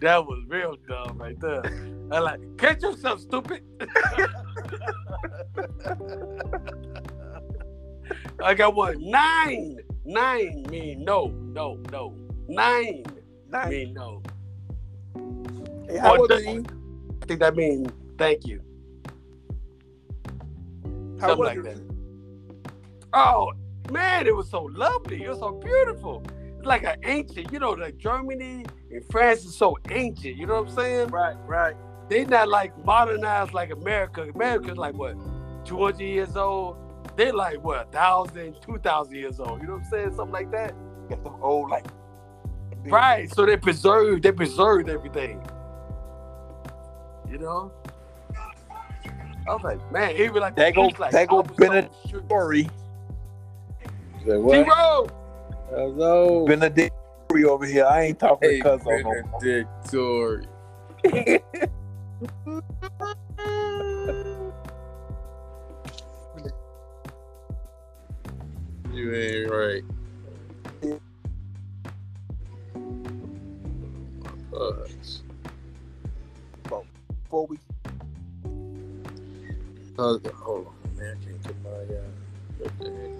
That was real dumb right there. I like, catch yourself, stupid. I got what? Nine. Nine mean no, no, no. Nine Nice. mean no. Hey, how Or old are does- you? I think that means thank you. How Something was like it? that. Oh man, it was so lovely. It was so beautiful. It's like an ancient, you know, like Germany and France is so ancient. You know what I'm saying? Right, right. They not like modernized like America. America's like what, 200 years old. They like what, 1,000, 2,000 years old. You know what I'm saying? Something like that. Got some old like. big- Right. So they preserved, they preserved everything. You know? I was like, man, even like There go- it's like, there go I was so Bennett- shook. Sorry, Say what? T-Row! Hello. Benedict Story over here. I ain't talking Hey, to cuz on no more. Benedictory. You ain't right. Cuz. Before we Cuz- Hold on, man. I can't get my, uh, what the heck?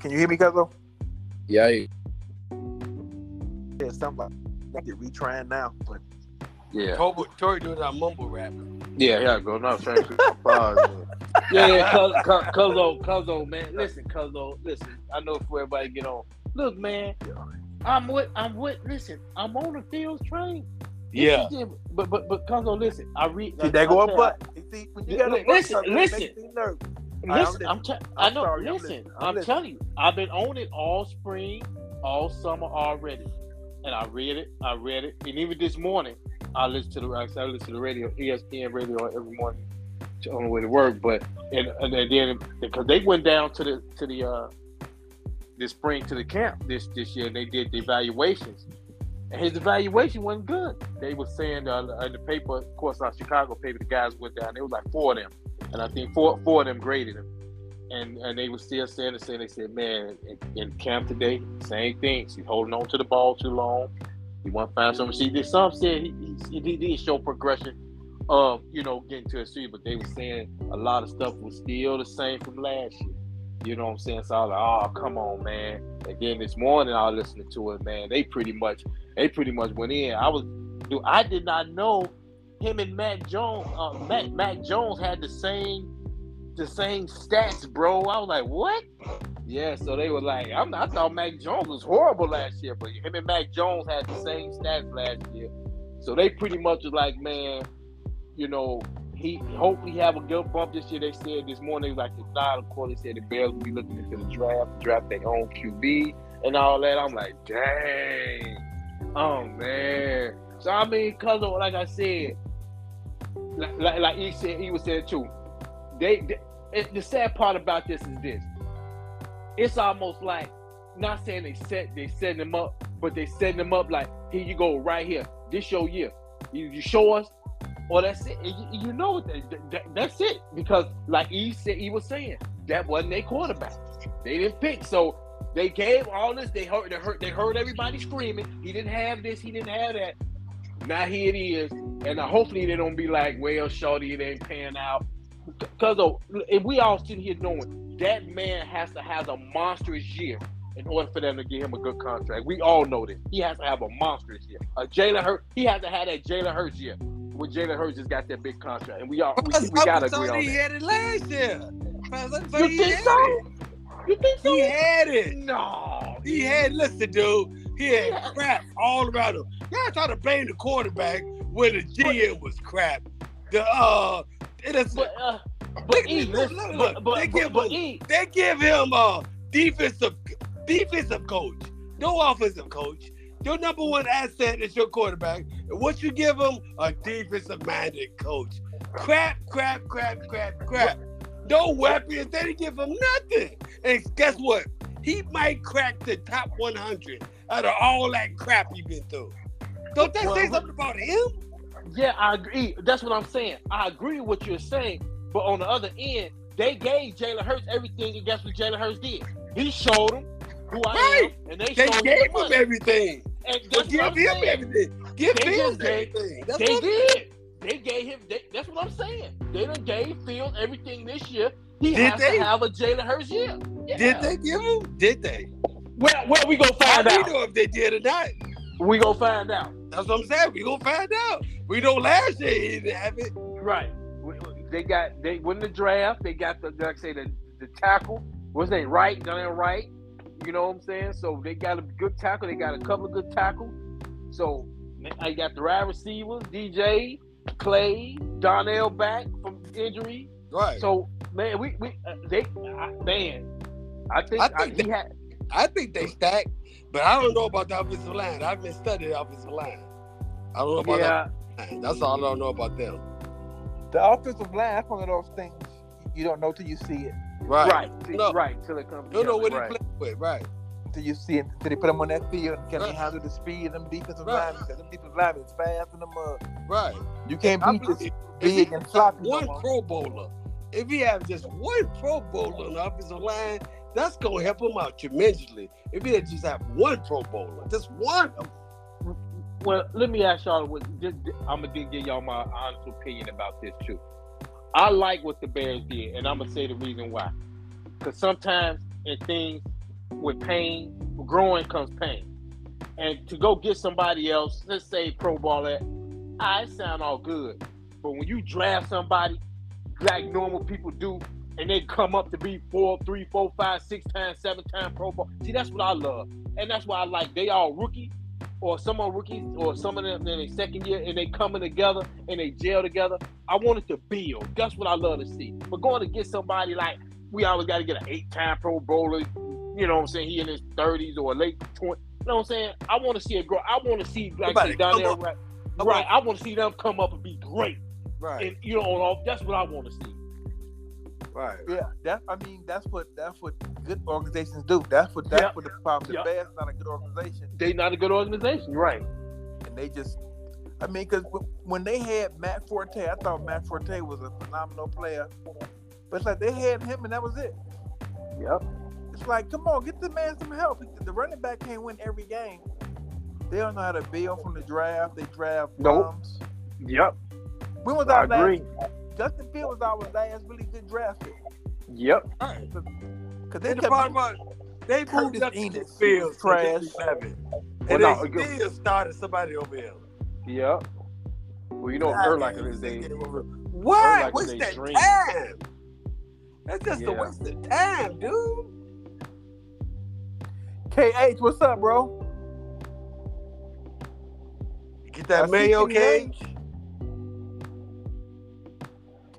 can you hear me, cuz? Yeah, I- Yeah, somebody. I get retrying now, but yeah. Tory, Tory doing that mumble rap. Yeah, yeah, go now. Thank you. Pause. Yeah, yeah, cuz- cuz- Cuzzo, Cuzzo, man. Listen, Cuzzo, listen. I know before everybody get on. Look, man, I'm with, I'm with. Listen, I'm on the field train. This Yeah. is different. but but but Cuzzo, listen. I read. see, they go I'm up, tell- but you see, when you got a Listen, butt, it listen. makes me nervous. All right, I'm Listen, I'm, te- i I'm know. sorry, I'm listen, I'm, listening. I'm listening. telling you, I've been on it all spring, all summer already, and I read it. I read it, and even this morning, I listened to the I listen to the radio, E ESPN radio every morning to, on the way to work. But and and, and then because they went down to the to the uh this spring to the camp this this year, and they did the evaluations. And his evaluation wasn't good. They were saying uh, in the paper, of course, our Chicago paper, the guys went down. There was like four of them, and I think four four of them graded him and and they were still saying the same. They said, "Man, in, in camp today, same thing. She's holding on to the ball too long. He want to find something." She did. Some said he, he, he did show progression of you know getting to a series, but they were saying a lot of stuff was still the same from last year. You know what I'm saying? So I was like, "Oh, come on, man!" And then this morning, I was listening to it, man. They pretty much they pretty much went in. I was, dude, I did not know him and Matt Jones. Uh, Matt Matt Jones had the same the same stats, bro. I was like, what? Yeah, so they were like, I'm, I thought Mac Jones was horrible last year, but him and Mac Jones had the same stats last year. So they pretty much was like, man, you know, he hopefully have a good bump this year. They said this morning, they was like, if not, of course, they said the Bears will be looking into the draft, draft their own QB and all that. I'm like, dang. Oh, man. So, I mean, because, like I said, like, like, like he said, he was saying too, they, they it, the sad part about this is this. It's almost like not saying they set they setting him up, but they setting him up like here you go right here. This your year. You, you show us, or that's it. And you, you know that, that- that's it because like he said he was saying that wasn't their quarterback. They didn't pick so. They gave all this. They heard. They heard. They heard everybody screaming. He didn't have this. He didn't have that. Now here it is, and uh, hopefully they don't be like, "Well, shorty, it ain't pan out." Because if we all sitting here knowing that man has to have a monstrous year in order for them to give him a good contract. We all know this. He has to have a monstrous year. A Jalen Hurts, he has to have that Jalen Hurts year. When Jalen Hurts just got that big contract, and we all we, we gotta agree on that. had it last year. You think so? You think so? He had it. No, He had, listen, dude, he Yeah. had crap all around him. Y'all trying to blame the quarterback when the GM was crap. The uh, it is, But uh, Look, but E, look, listen, look, but look, but they but, give but him- E, they give him a defensive defensive coach, no offensive coach. Your number one asset is your quarterback. And what you give him, a defensive minded coach. Crap, crap, crap, crap, crap. No weapons. They didn't give him nothing. And guess what? He might crack the top 100 out of all that crap he been through. Don't that say something about him? Yeah, I agree. That's what I'm saying. I agree with what you're saying, but on the other end, They gave Jalen Hurts everything, and guess what Jalen Hurts did? He showed them who I Right. am, and they, They showed him gave the him money. everything. And But that's what give I'm him saying. everything. Give They Fields just gave- everything. That's They what did. They gave him. They, that's what I'm saying. They done gave Fields everything this year. He Did has they? to have a Jalen Hurts year. Yeah. Did they give him? Did they? Well, well, we gonna How find we out. know if they did or not? We gonna find out. That's what I'm saying. We gonna find out. We know last year he didn't have it. Right. We- we- They got they win the draft. They got the like I say the the tackle. What's they right? Done right. You know what I'm saying? So they got a good tackle. They got a couple of good tackles. So I got the right receivers. DJ Clay Donnell back from injury. Right. So man, we we uh, they I, man, I think, I I think we had I think they stacked, but I don't know about the offensive line. I've been studying the offensive line. I don't know about yeah. that. Line. That's all I don't know about them. The offensive line, that's one of those things you don't know till you see it. Right. Right, see, No. right. Till it comes. You don't know what together, they right. play with. Right. Till you see it. Till they put them on that field. Can Right. they handle the speed of them defensive Right. linemen? Because them defensive linemen is fast in the mud. Right. You can't I beat this believe big and floppy. one no more. Pro Bowler. If he have just one Pro Bowler on the offensive line, that's gonna help him out tremendously. If he had just have one Pro Bowler, just one. of 'em. Well, let me ask y'all. What, just, I'm gonna give y'all my honest opinion about this too. I like what the Bears did, and I'm gonna say the reason why. Because sometimes in things with pain, growing comes pain, and to go get somebody else, let's say pro baller, I sound all good, but when you draft somebody like normal people do, and they come up to be four, three, four, five, six times, seven times pro ball. See, that's what I love, and that's why I like they all rookie or some are rookies or some of them in their second year and they coming together and they gel together. I wanted to build. That's what I love to see. But going to get somebody like we always got to get an eight-time Pro Bowler. You know what I'm saying? He in his 30s or late 20s. You know what I'm saying? I want to see a grow. I want to see like Somebody say, down come there, up. right? I right. I want to see them come up and be great. Right. And you know, on all, that's what I want to see. Right. Yeah, that I mean that's what that's what good organizations do. That's what that's Yeah. what the problem. The Yeah. Bears not a good organization, They not a good organization, right? and they just, I mean, because when they had Matt Forte, I thought Matt Forte was a phenomenal player, but it's like they had him and that was it. Yep. It's like, come on, get the man some help. The running back can't win every game. They don't know how to build from the draft. They draft Nope. bums. Yep. When was I our last? agree. Justin Fields was our last really good draft pick. Yep. Right. Because they And the kept problem about they Curtis moved up in the Enos, field trash. And Well, no, they again- still started somebody over here. Yep. Well, you know, Yeah, Erlacher they- is they a gave over- Why? Erlacher Waste they that dream. time. That's just a Yeah. waste of time, dude. KH, what's up, bro? Get I that see mayo KH. cage.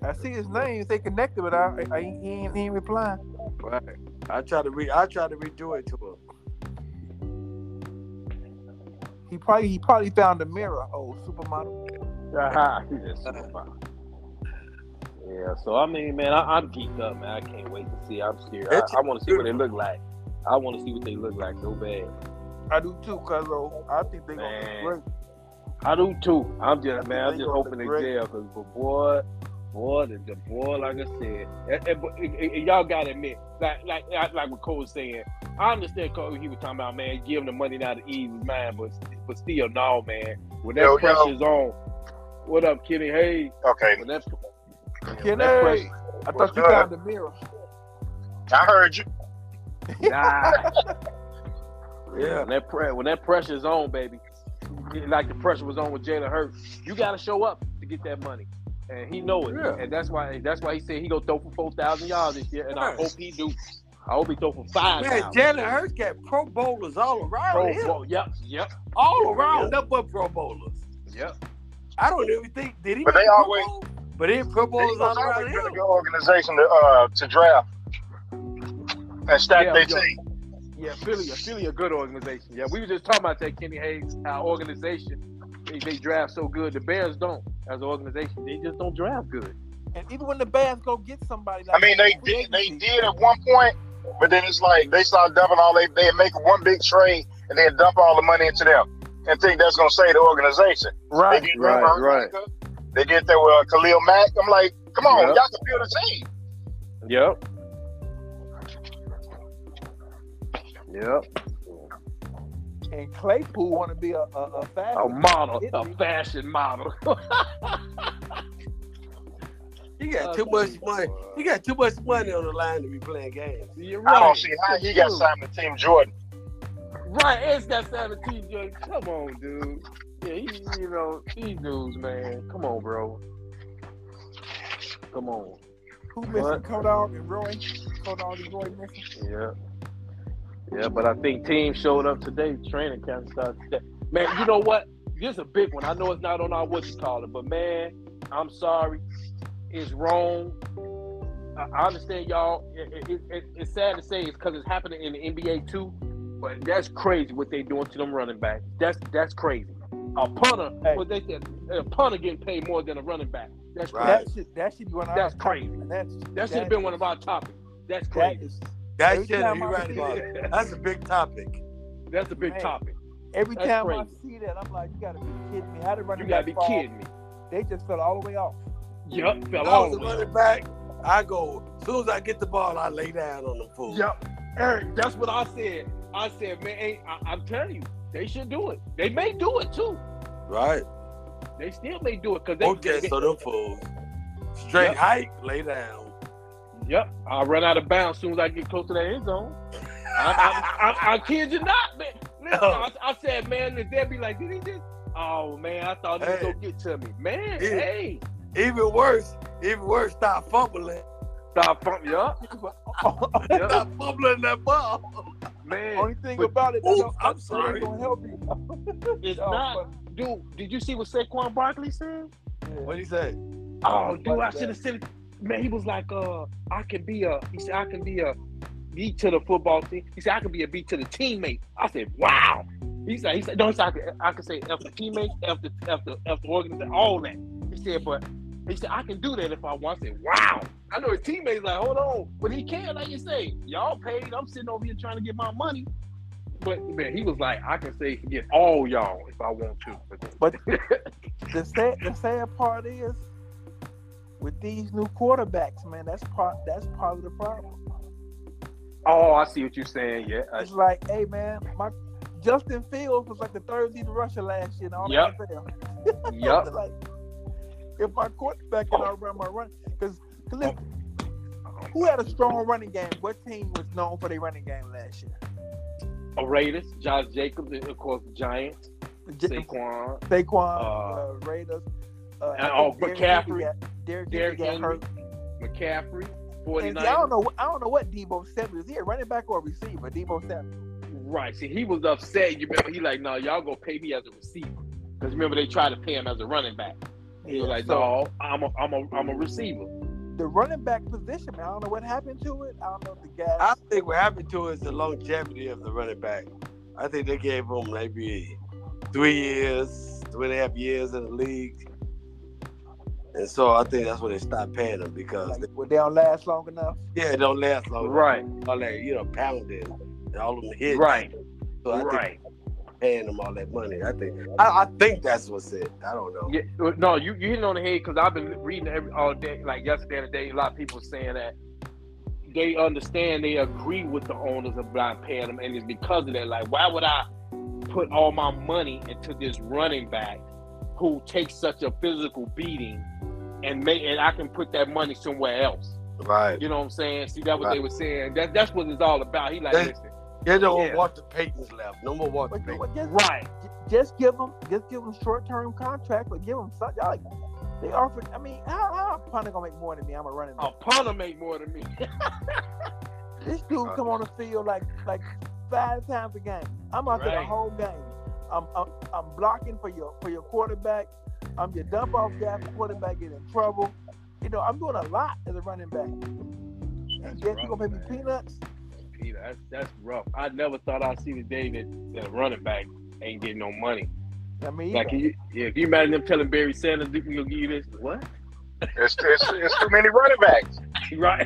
I see his name. They connected, but I, I, I he, ain't, he ain't replying. Right. I try to re I try to redo it to him. He probably he probably found a mirror. Oh, supermodel. Aha, he's a superpower. Yeah, so I mean, man, I, I'm geeked up, man. I can't wait to see. I'm scared. I, It's I want to see what they look like. I want to see what they look like so bad. I do too, cause oh, I think they gonna Man. be great. I do too. I'm just, I man, I'm think just they gonna hoping look they great. jail because, but boy, boy, the, the boy, like I said, and, and- but- and- and y'all gotta admit, like, like, like like what Cole was saying. I understand Cole. He was talking about, man, give him the money now to ease his mind, but, but still, no, man. When that Yo, yo. pressure's on, what up, Kenny Hayes? Okay. When that, Kenny, that pressure, I What's thought you up? found a mirror. I heard you. nah. Yeah. When that pre- when that pressure's on, baby, like the pressure was on with Jalen Hurts, you got to show up to get that money, and he know it, Yeah. and that's why that's why he said he gonna throw for four thousand yards this year, and I Right. hope he do. I hope he throw for five. Man, Jalen Hurts got pro bowlers all around Pro him. Bowl. Yep, yep, All around, nothing but pro bowlers. yep. I don't even think did he But make they the Pro always- Bowl? but he pro bowlers It's all always around been a him. good organization to uh to draft and stack Yeah, their yeah. team. Yeah, Philly, a Philly, a good organization. Yeah, we were just talking about that, Kenny Hayes, our organization. They, they draft so good. The Bears don't, as an organization, they just don't draft good. And even when the Bears go get somebody, I like mean, they did they did at one point, but then it's like they start dumping all they they make one big trade and then dump all the money into them and think that's gonna save the organization. They right? did that with Erlacher. They did that with uh, Khalil Mack. I'm like, come on, Yeah. y'all can build a team. Yep. Yep. And Claypool want to be a, a, Oh, a fast. A model, a fashion model. He got too much money. He got too much money on the line to be playing games. You're I right. don't see how he got signed to Team Jordan. Right, it's that 17 joint. Come on, dude. Yeah, he, you know, these dudes, man. Come on, bro. Come on. Who missing What? Kodog and Roy? Kodog and Roy missing. Yeah. Yeah, but I think team showed up today. Training camp started today. Man, you know what? This is a big one. I know it's not on our what you call it, but man, I'm sorry. It's wrong. I I understand y'all. It, it, it, it's sad to say it's because it's happening in the NBA too, but that's crazy what they doing to them running backs. That's that's crazy. A punter, Hey. what they said, a punter getting paid more than a running back. That's crazy. Right. That should that should be one of That's our crazy. That's That should have been one of our topics. That's That crazy. is That Every shit, time you I right see about it. That's a big topic. That's a big Man. topic. every That's time crazy. I see that I'm like, you gotta be kidding me. How did You running gotta back be fall? kidding me. They just fell all the way off. Yup, fell If I all was the a way. off. running back, I go. As soon as I get the ball, I lay down on the fool. Yup, Eric, that's what I said. I said, man, ain't, I, I'm telling you, they should do it. They may do it too. Right. They still may do it because they. Okay, so them fools. Straight Yep. height, lay down. Yep, I run out of bounds soon as I get close to that end zone. I, I, I, I kid you not, man. Listen, No. I, I said, man, the Debbie like, did he just? Oh man, I thought he was Hey. gonna get to me, man. Yeah. Hey, Even worse, even worse, stop fumbling. stop from yup, yup, Stop fumbling that ball. man. Only thing But- about it, Ooh, that I'm ain't sorry. gonna help you. It's Oh, not, dude. Did you see what Saquon Barkley said? What he say? Oh, dude, I Like that. should have said it. Man, he was like, uh, I can be a, he said, I can be a B to the football team. He said, I can be a B to the teammate. I said, wow. He said, he said, no, he said, I can, I can say F the teammates, F the, F the, F the organization, all that. He said, but he said, I can do that if I want. I said, wow. I know his teammates like, hold on, but he can, like you say, y'all paid. I'm sitting over here trying to get my money. But man, he was like, I can say forget all y'all if I want to. But- The sad the sad part is with these new quarterbacks, man, that's part that's part of the problem. oh, I see what you're saying. Yeah, uh, I- It's like, hey man, my Justin Fields was like the third leading rusher last year and all Yep. that. failed. yep. Like, if my quarterback can outrun my run, because listen, Oh. who had a strong running game? What team was known for their running game last year? Raiders, Josh Jacobs, and of course the Giants, J- Saquon, Saquon, uh, uh, Raiders, uh, and- oh, Derrick McCaffrey. Henry got- Derrick Henry Derrick got Henry, hurt. McCaffrey, And see, I don't 49. know. what- I don't know what Debo Samuel is. He a running back or a receiver? Debo Samuel. Right. See, he was upset. You remember he like, no, y'all gonna pay me as a receiver. Because remember they tried to pay him as a running back. He was like, so no, I'm a I'm a I'm a receiver. the running back position. Man, I don't know what happened to it. I don't know if the guys. I think what happened to it is the longevity of the running back. I think they gave him maybe three years, three and a half years in the league. And so I think that's when they stopped paying him because, like, well, they don't last long enough. yeah, it don't last long. Right. All that, you know, pounding and all them hits. Right. So I think right. paying them all that money. I think I, I think that's what's it. I don't know. Yeah, uh, no, you you hitting on the head because I've been reading every all day, like yesterday and today. A lot of people saying that they understand, they agree with the owners of not paying them, and it's because of that. Like, why would I put all my money into this running back who takes such a physical beating, and may and I can put that money somewhere else? Right. You know what I'm saying? See, that's what they were saying. That that's what it's all about. He like, They- listen, Yeah, no Yeah. more Walter Payton's left. No more Walter But, Payton. but just, right? just give them just give them short term contracts, but give them something. Y'all like, they offered. I mean, how how a punter gonna make more than me? I'm a running A back. punter make more than me. This dude Uh, come on the field like like five times a game. I'm out there the Right. whole game. I'm, I'm I'm blocking for your for your quarterback. I'm your dump off guy. if The quarterback get in trouble. You know, I'm doing a lot as a running back. That's Yes, rough, you gonna pay me man. peanuts? Peter, that's that's rough. I never thought I'd see the day that, that a running back ain't getting no money. I mean, Like, can you, yeah, if you imagine them telling Barry Sanders, "Duke, we gonna give you this," what? It's, it's, it's too many running backs. Right?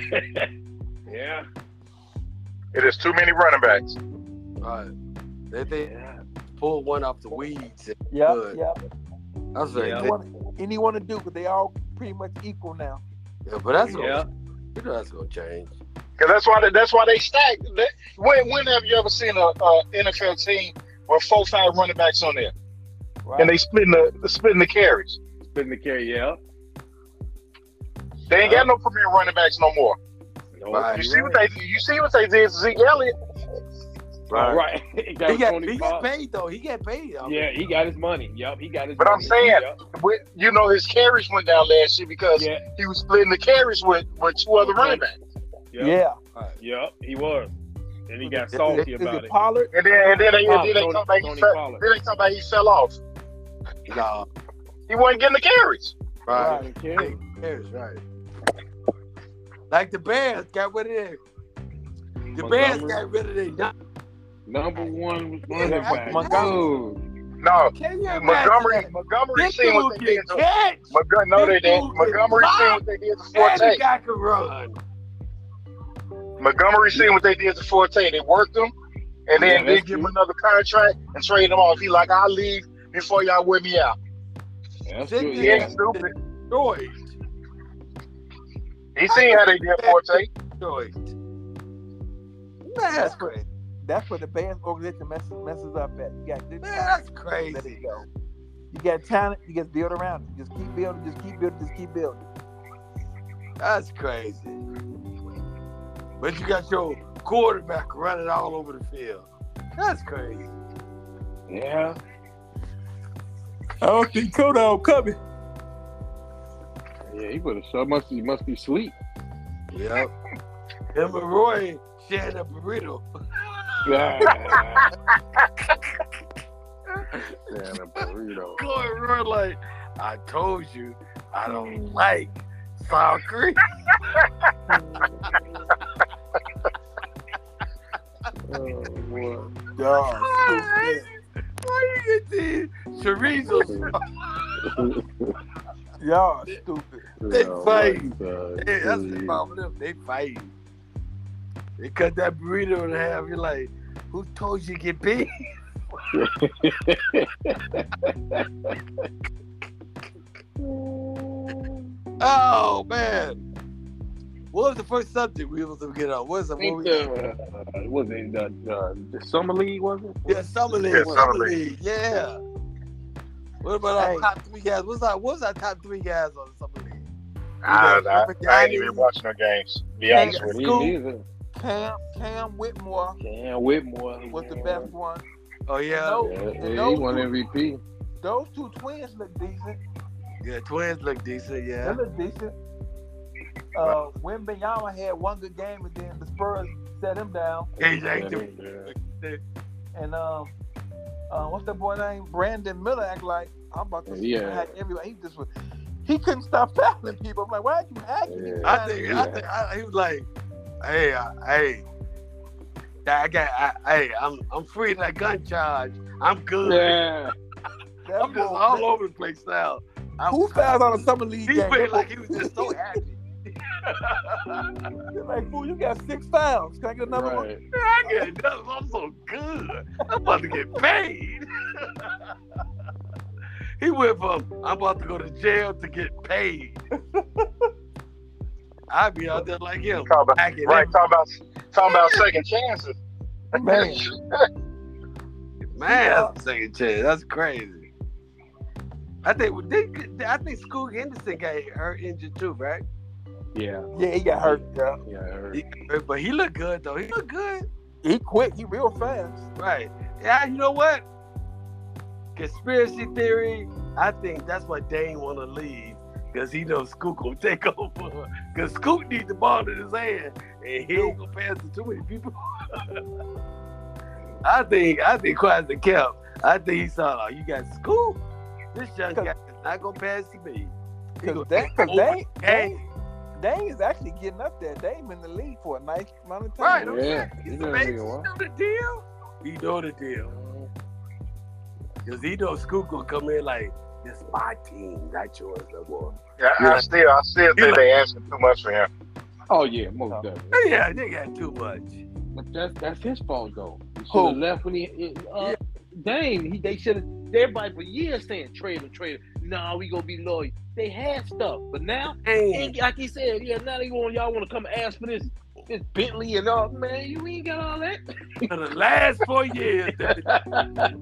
yeah. It is too many running backs. Right. They think Yeah. pull one off the weeds. yeah, Good. yeah. That's what Yeah. they Anyone, anyone to do, but they all pretty much equal now. Yeah, but that's what yeah. You know that's gonna change. Because that's why they, that's why they stack. That, when when have you ever seen a, a NFL team with four five running backs on there Right. and they splitting the splitting the carries? Spin the carry, yeah. They ain't got no premier running backs no more. No, Right. You see what they you see what they did to Zeke Elliott. Right. That He was got, Tony he got Pollard. paid though. He got paid. though. Yeah, he got his money. Yep, he got his But I'm money. saying- Yep. With, you know his carries went down last year because Yeah, he was splitting the carries with with two other running backs. yep, Yeah. yep, he was. And he got Is it- salty is about it it. Pollard? And then and then they, and Pollard, then they Tony- come back Tony he fell, Pollard. then they come back he fell off. No. He wasn't getting the carries. Right. Spin the carry. Bears, right. Like the Bears got rid of their The Bears Montgomery. got rid of their dime. Number one running Yeah, back. Montgomery. Dude. No, Can you imagine Montgomery that? Montgomery This seen what dude they did. can To, catch. Montgomery, no, they didn't. Montgomery seen what they did to And Forte. the guy can run. Montgomery seen what they did to Forte. They worked him, and Yeah, then that's they give him true. another contract and trade him off. He like, I leave before y'all wear me out. That's This good. dude He ain't Yeah. stupid. Destroyed. He seen how they did Forte. Destroyed. Man, that's crazy. That's what the Bears organization messes, messes up at. You got good Man, that's talent, let it crazy. go. You got talent, you just build around it. Just keep building, just keep building, just keep building. That's crazy. But you got your quarterback running all over the field. That's crazy. yeah. I don't think Kodo coming. Yeah, he would have so must he must be sleep. Yep. Him and Roy sharing a burrito. Yeah. Man, a burrito. Roy, Roy, like, I told you, I don't like sour cream. Oh, boy. Why you get these chorizo? Y'all stupid. They Oh, fight. my God. Hey, that's the problem. with them. They fighting. They cut that burrito in half. You're like, who told you to get big? Oh man. What was the first subject we was to get on? What was the I think movie? the, uh, was it the, the, the summer league? Was it? Yeah, Summer League. Yeah, Summer, Summer League. Yeah. What about our Hey. top three guys? What's our what's our top three guys on Summer League? I, I, I ain't even watching no games. to Be honest with Me School. neither. Cam Cam Whitmore Cam Whitmore was the best one. Oh yeah. No. Yeah, And yeah, he those won two- MVP. Those two twins look decent. Yeah, twins look decent, They yeah. look decent. Uh, Wimbenyama had one good game, and then the Spurs set him down. He yanked him. And um, uh, what's that boy named Brandon Miller? Act like I'm about to Yeah. hack everybody. He just was, he couldn't stop fouling people. I'm like, why are you hacking? these Yeah. I guys?" think I think I, he was like, hey, I, hey. I got I, hey, I'm I'm free of that gun charge. I'm good. Yeah. That I'm just boy- all over the place now. I'm, Who fouled on a summer league He game? played like he was just so happy. You're like, fool, you got six fouls. Can I get another one? Right. I get another one. I'm so good. I'm about to get paid. he went from I'm about to go to jail to get paid. I'd be out there like him. Talk about, hacking right, talk about talk about second chances. Man. every- Man, that's a second chance. That's crazy. I think well, they, I think Scoot Henderson got hurt injured too, right? Yeah. Yeah, he got hurt. Yeah. Yeah. I heard. He- But he looked good though. He looked good. He quick. He real fast. Right. Yeah, you know what? Conspiracy theory, I think that's why Dane wanna leave. Cause he knows Scoot gonna take over. Cause Scoot needs the ball in his hand and he ain't gonna pass to too many people. I think I think Quasi kept. I think he saw oh, you got Scoot. This young guy is not gonna pass to me. He gonna Because they, take cause over they, the game. they, they is actually getting up there. They been in the league for a nice amount of Right, time. I'm Yeah, saying. he He's done amazing. He really well. know the deal. He know the deal. Cause he knows Scoot gonna come in like, this my team, not yours no more. Yeah, I still I still think they asking too much for him. Oh yeah, most definitely. Yeah, they got too much. But that's that's his fault though. He should Who? have left when he. Uh, Dang, he, they should have. Everybody for years saying trade him, trade him. nah, we gonna be loyal. They had stuff, but now, Hey, and like he said, yeah, now they want y'all want to come ask for this this Bentley and all. Man, you ain't got all that. for the last four years, let me-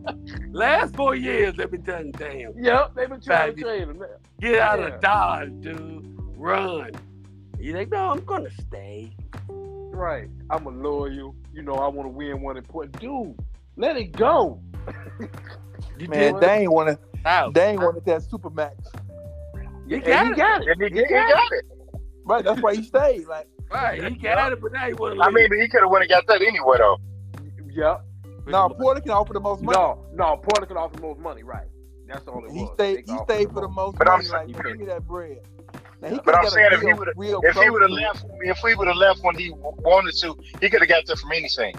last four years, let me tell you, damn. yep, they been trying Baby. to trade him. Get out Yeah. of Dodge, dude. Run. You like, no, I'm gonna stay. Right, I'm a loyal. You know, I want to win one important. Dude, let it go. You Man, just they ain't wanna Oh. out. they ain't wanted that supermax. He And got he it. got it. And he, he, he got it. Right, that's why he stayed. Like Right, he got it, but now he wanna I mean, but he could have went and got that anyway, though. Yep. now Porter can offer the most money. No, no, Porter could offer the most money, right? That's all it He was. stayed. They He offered stayed for the most. But I'm money, saying- like, give me that bread. Now, he But could've I'm got a saying if he real- would've- real If he close would have deal. left, if we would have left when he wanted to, he could have got that from anything.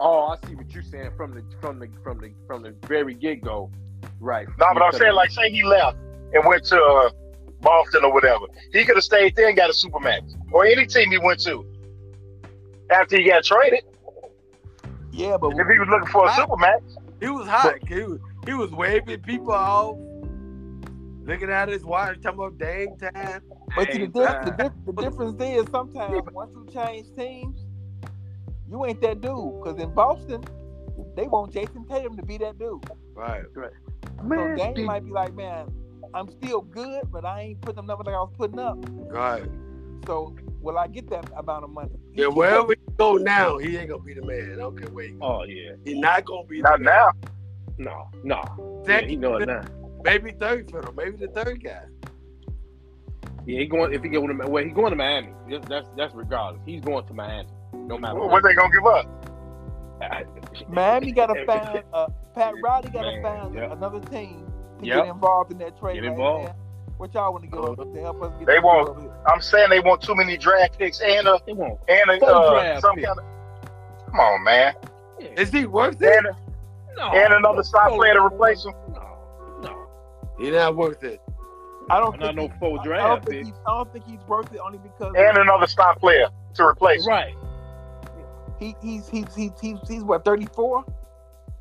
Oh, I see what you're saying from the from the from the from the very get go, right? No, but I'm Because- saying, like, say he left and went to uh, Boston or whatever, he could have stayed there and got a supermax or any team he went to. After he got traded, Yeah, but if he was looking for a Right. supermax, he was hot. He was, he was waving people off, looking at his watch, talking about dang time. but the, dang diff- time. the, diff- the difference there is sometimes once you change teams, you ain't that dude. Because in Boston, they want Jason Tatum to be that dude. Right. So Man, Dame dude, might be like, man, I'm still good, but I ain't putting up numbers like I was putting up. Right. So will I get that amount of money? He Yeah, keep wherever he go now, he ain't gonna be the man. Okay, wait. oh yeah, He's not gonna be not the now. no, no, yeah, second, he know it now. maybe third fiddle, maybe the third guy. Yeah, he going if he going to well, he going to Miami. That's that's, that's regardless. He's going to Miami, no matter What they gonna give up? that- Miami got to find uh, Pat Riley got to Man, find yep. another team to Yep. get involved in that trade. Get right involved. Uh-huh. now. What y'all want to give up to help us get? They this won't. over with? I'm saying they want too many draft picks and a They won't. and a Four uh, draft some picks. kind of. Come on, man, Yeah. Is he worth it? and, a- No, and another side no, player to replace him. No, no, He's not worth it. I don't not think. no he- full I- I don't draft think pick. he's. I don't think he's worth it only because and another star player to replace. him. Right. he, he's, he's he's he's he's what 34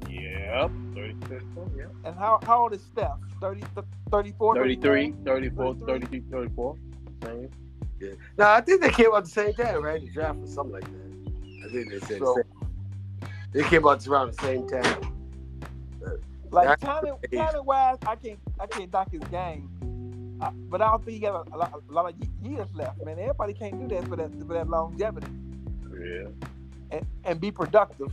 Yep. 36, Oh, yeah. and how how old is Steph? 30, th- 34, 33, 34, 33. 33, 34. Same. Yeah. No, I think they came out the same time, right? The draft or something like that. I think they said So- the same. they came out around the same time. Uh, Like That's talent, crazy. talent wise, I can't I can't dock his game, I, but I don't think he got a, a, lot, a lot of ye- years left, man. Everybody can't do that for that for that longevity Yeah. and, and be productive.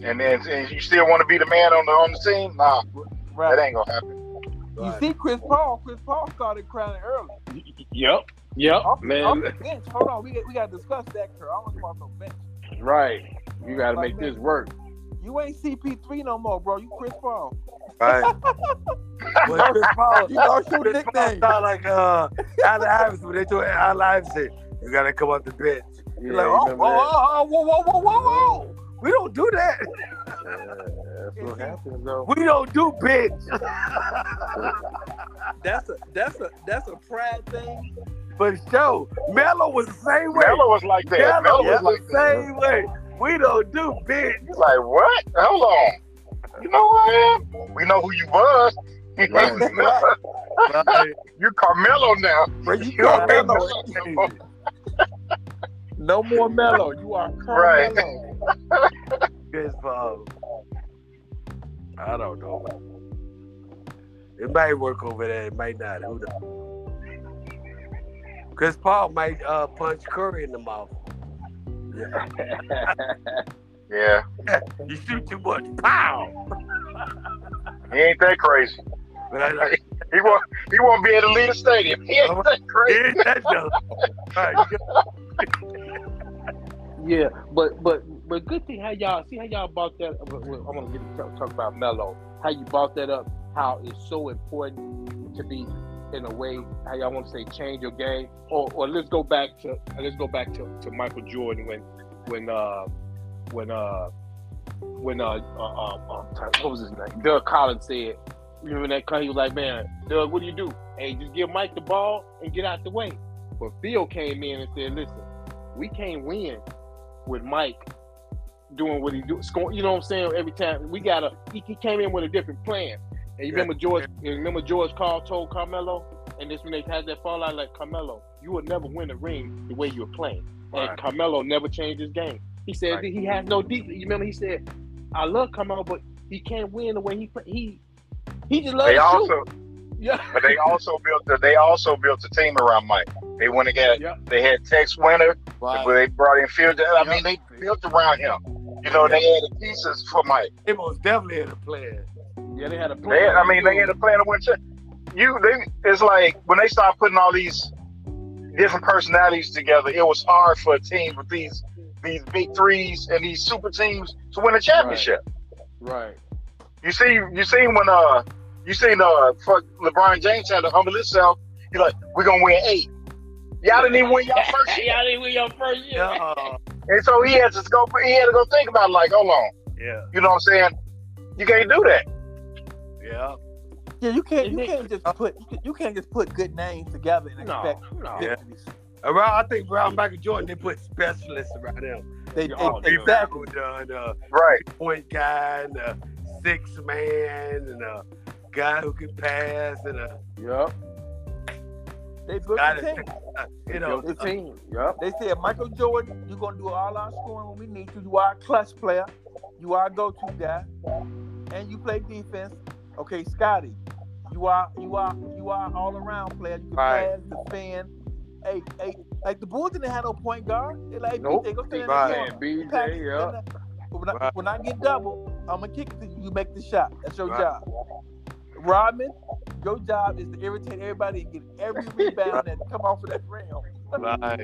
And then and you still want to be the man on the on the team? Nah, that Right. ain't gonna happen. You Right. see, Chris Paul. Chris Paul started crying early. Yep. Yep. Off, man. off the bench. Hold on, we got, we got to discuss that. Curl. I don't want no bench. Right. You got to make this work. You ain't CP3 no more, bro. You Chris Paul. Right. well, Chris Paul, You know your Chris Paul nickname. sound like uh, Allen Iverson when they told Allen Iverson, you gotta come off the bench. Yeah, You're like, oh, you oh, remember that? oh, oh, whoa, whoa, whoa, whoa, whoa. We don't do that. oh. Yeah, that's what happens, though. We don't do bench. That's a that's a that's a pride thing. But show, Melo was the same way. Melo was like Melo that. Melo was was like the that. same way. We don't do bench. He's like, what? Hold on. You know who I am? We know who you was. Right. Right. you Carmelo now. But you You don't Carmelo. have Melo no more. No more mellow. You are Right. Carmelo. Chris Paul. um, I don't know. It might work over there. It might not. Who knows? Chris Paul might uh, punch Curry in the mouth. Yeah, You shoot too much. Pow! he ain't that crazy. But I, I, He won't. He won't be able to lead the stadium. He ain't that crazy. it, that does. Right. Yeah, but but but good thing how y'all see how y'all bought that. I'm gonna get talk, talk about Melo. How you bought that up? How it's so important to be in a way. How y'all want to say change your game? Or or let's go back to let's go back to, to Michael Jordan when when uh when uh when uh, uh, uh, uh what was his name? Doug Collins said. Remember that cut? He was like, "Man, Doug, what do you do? Hey, just give Mike the ball and get out the way." But Phil came in and said, "Listen, we can't win with Mike doing what he do, scoring. You know what I'm saying? Every time we gotta, he, he came in with a different plan. And you remember George? You remember George Carl told Carmelo, and this when they had that fallout, like Carmelo, you will never win a ring the way you're playing. Right. And Carmelo never changed his game. He said Right. that he has no deep. You remember he said, "I love Carmelo, but he can't win the way he play. he he just loves They to also, shoot." Yeah, but they also built. The, they also built a team around Mike. They went and got. Yep. They had Tex Winter. Where they brought in Field. I mean, they built around him. You know, they added pieces for Mike. They most definitely in a plan. yeah, they had a They, plan. I mean, they had a plan to win. cha- You, they, it's like when they start putting all these different personalities together, it was hard for a team with these these big threes and these super teams to win a championship. right. You see, you seen when uh, you seen uh, fuck LeBron James had to humble himself. He like, we're gonna win eight. Y'all didn't even win y'all first year, Y'all didn't win your first year. Yeah. uh, and so he had to go. He had to go think about like, hold on. Yeah. You know what I'm saying? You can't do that. Yeah. Yeah, you can't. You Nick- can't just put. You can't- You can't just put good names together and No, expect. no. Yeah. victories. Around, I think around Michael Jordan, they put specialists around him. They, You know, they- all the exactly. rebound, uh, Right. point guy, and a six man, and a guy who can pass, and a Yep. They built guy the that, team. uh, you know, Built the team. Yep. They said Michael Jordan, you're gonna do all our scoring when we need you. You are a clutch player. You are a go-to guy, and you play defense. Okay, Scotty, you are you are you are an all-around player. You can Right. pass, defend. Hey, hey, like the Bulls didn't have no point guard. They like Nope. they go stand in Right. the Yeah, corner. You pass it, BJ. Yep. stand up. But When, I, Right. when I get double, I'm gonna kick it. to you. You make the shot. That's your Right. job. Rodman, your job is to irritate everybody and get every rebound that come off of that rim. right.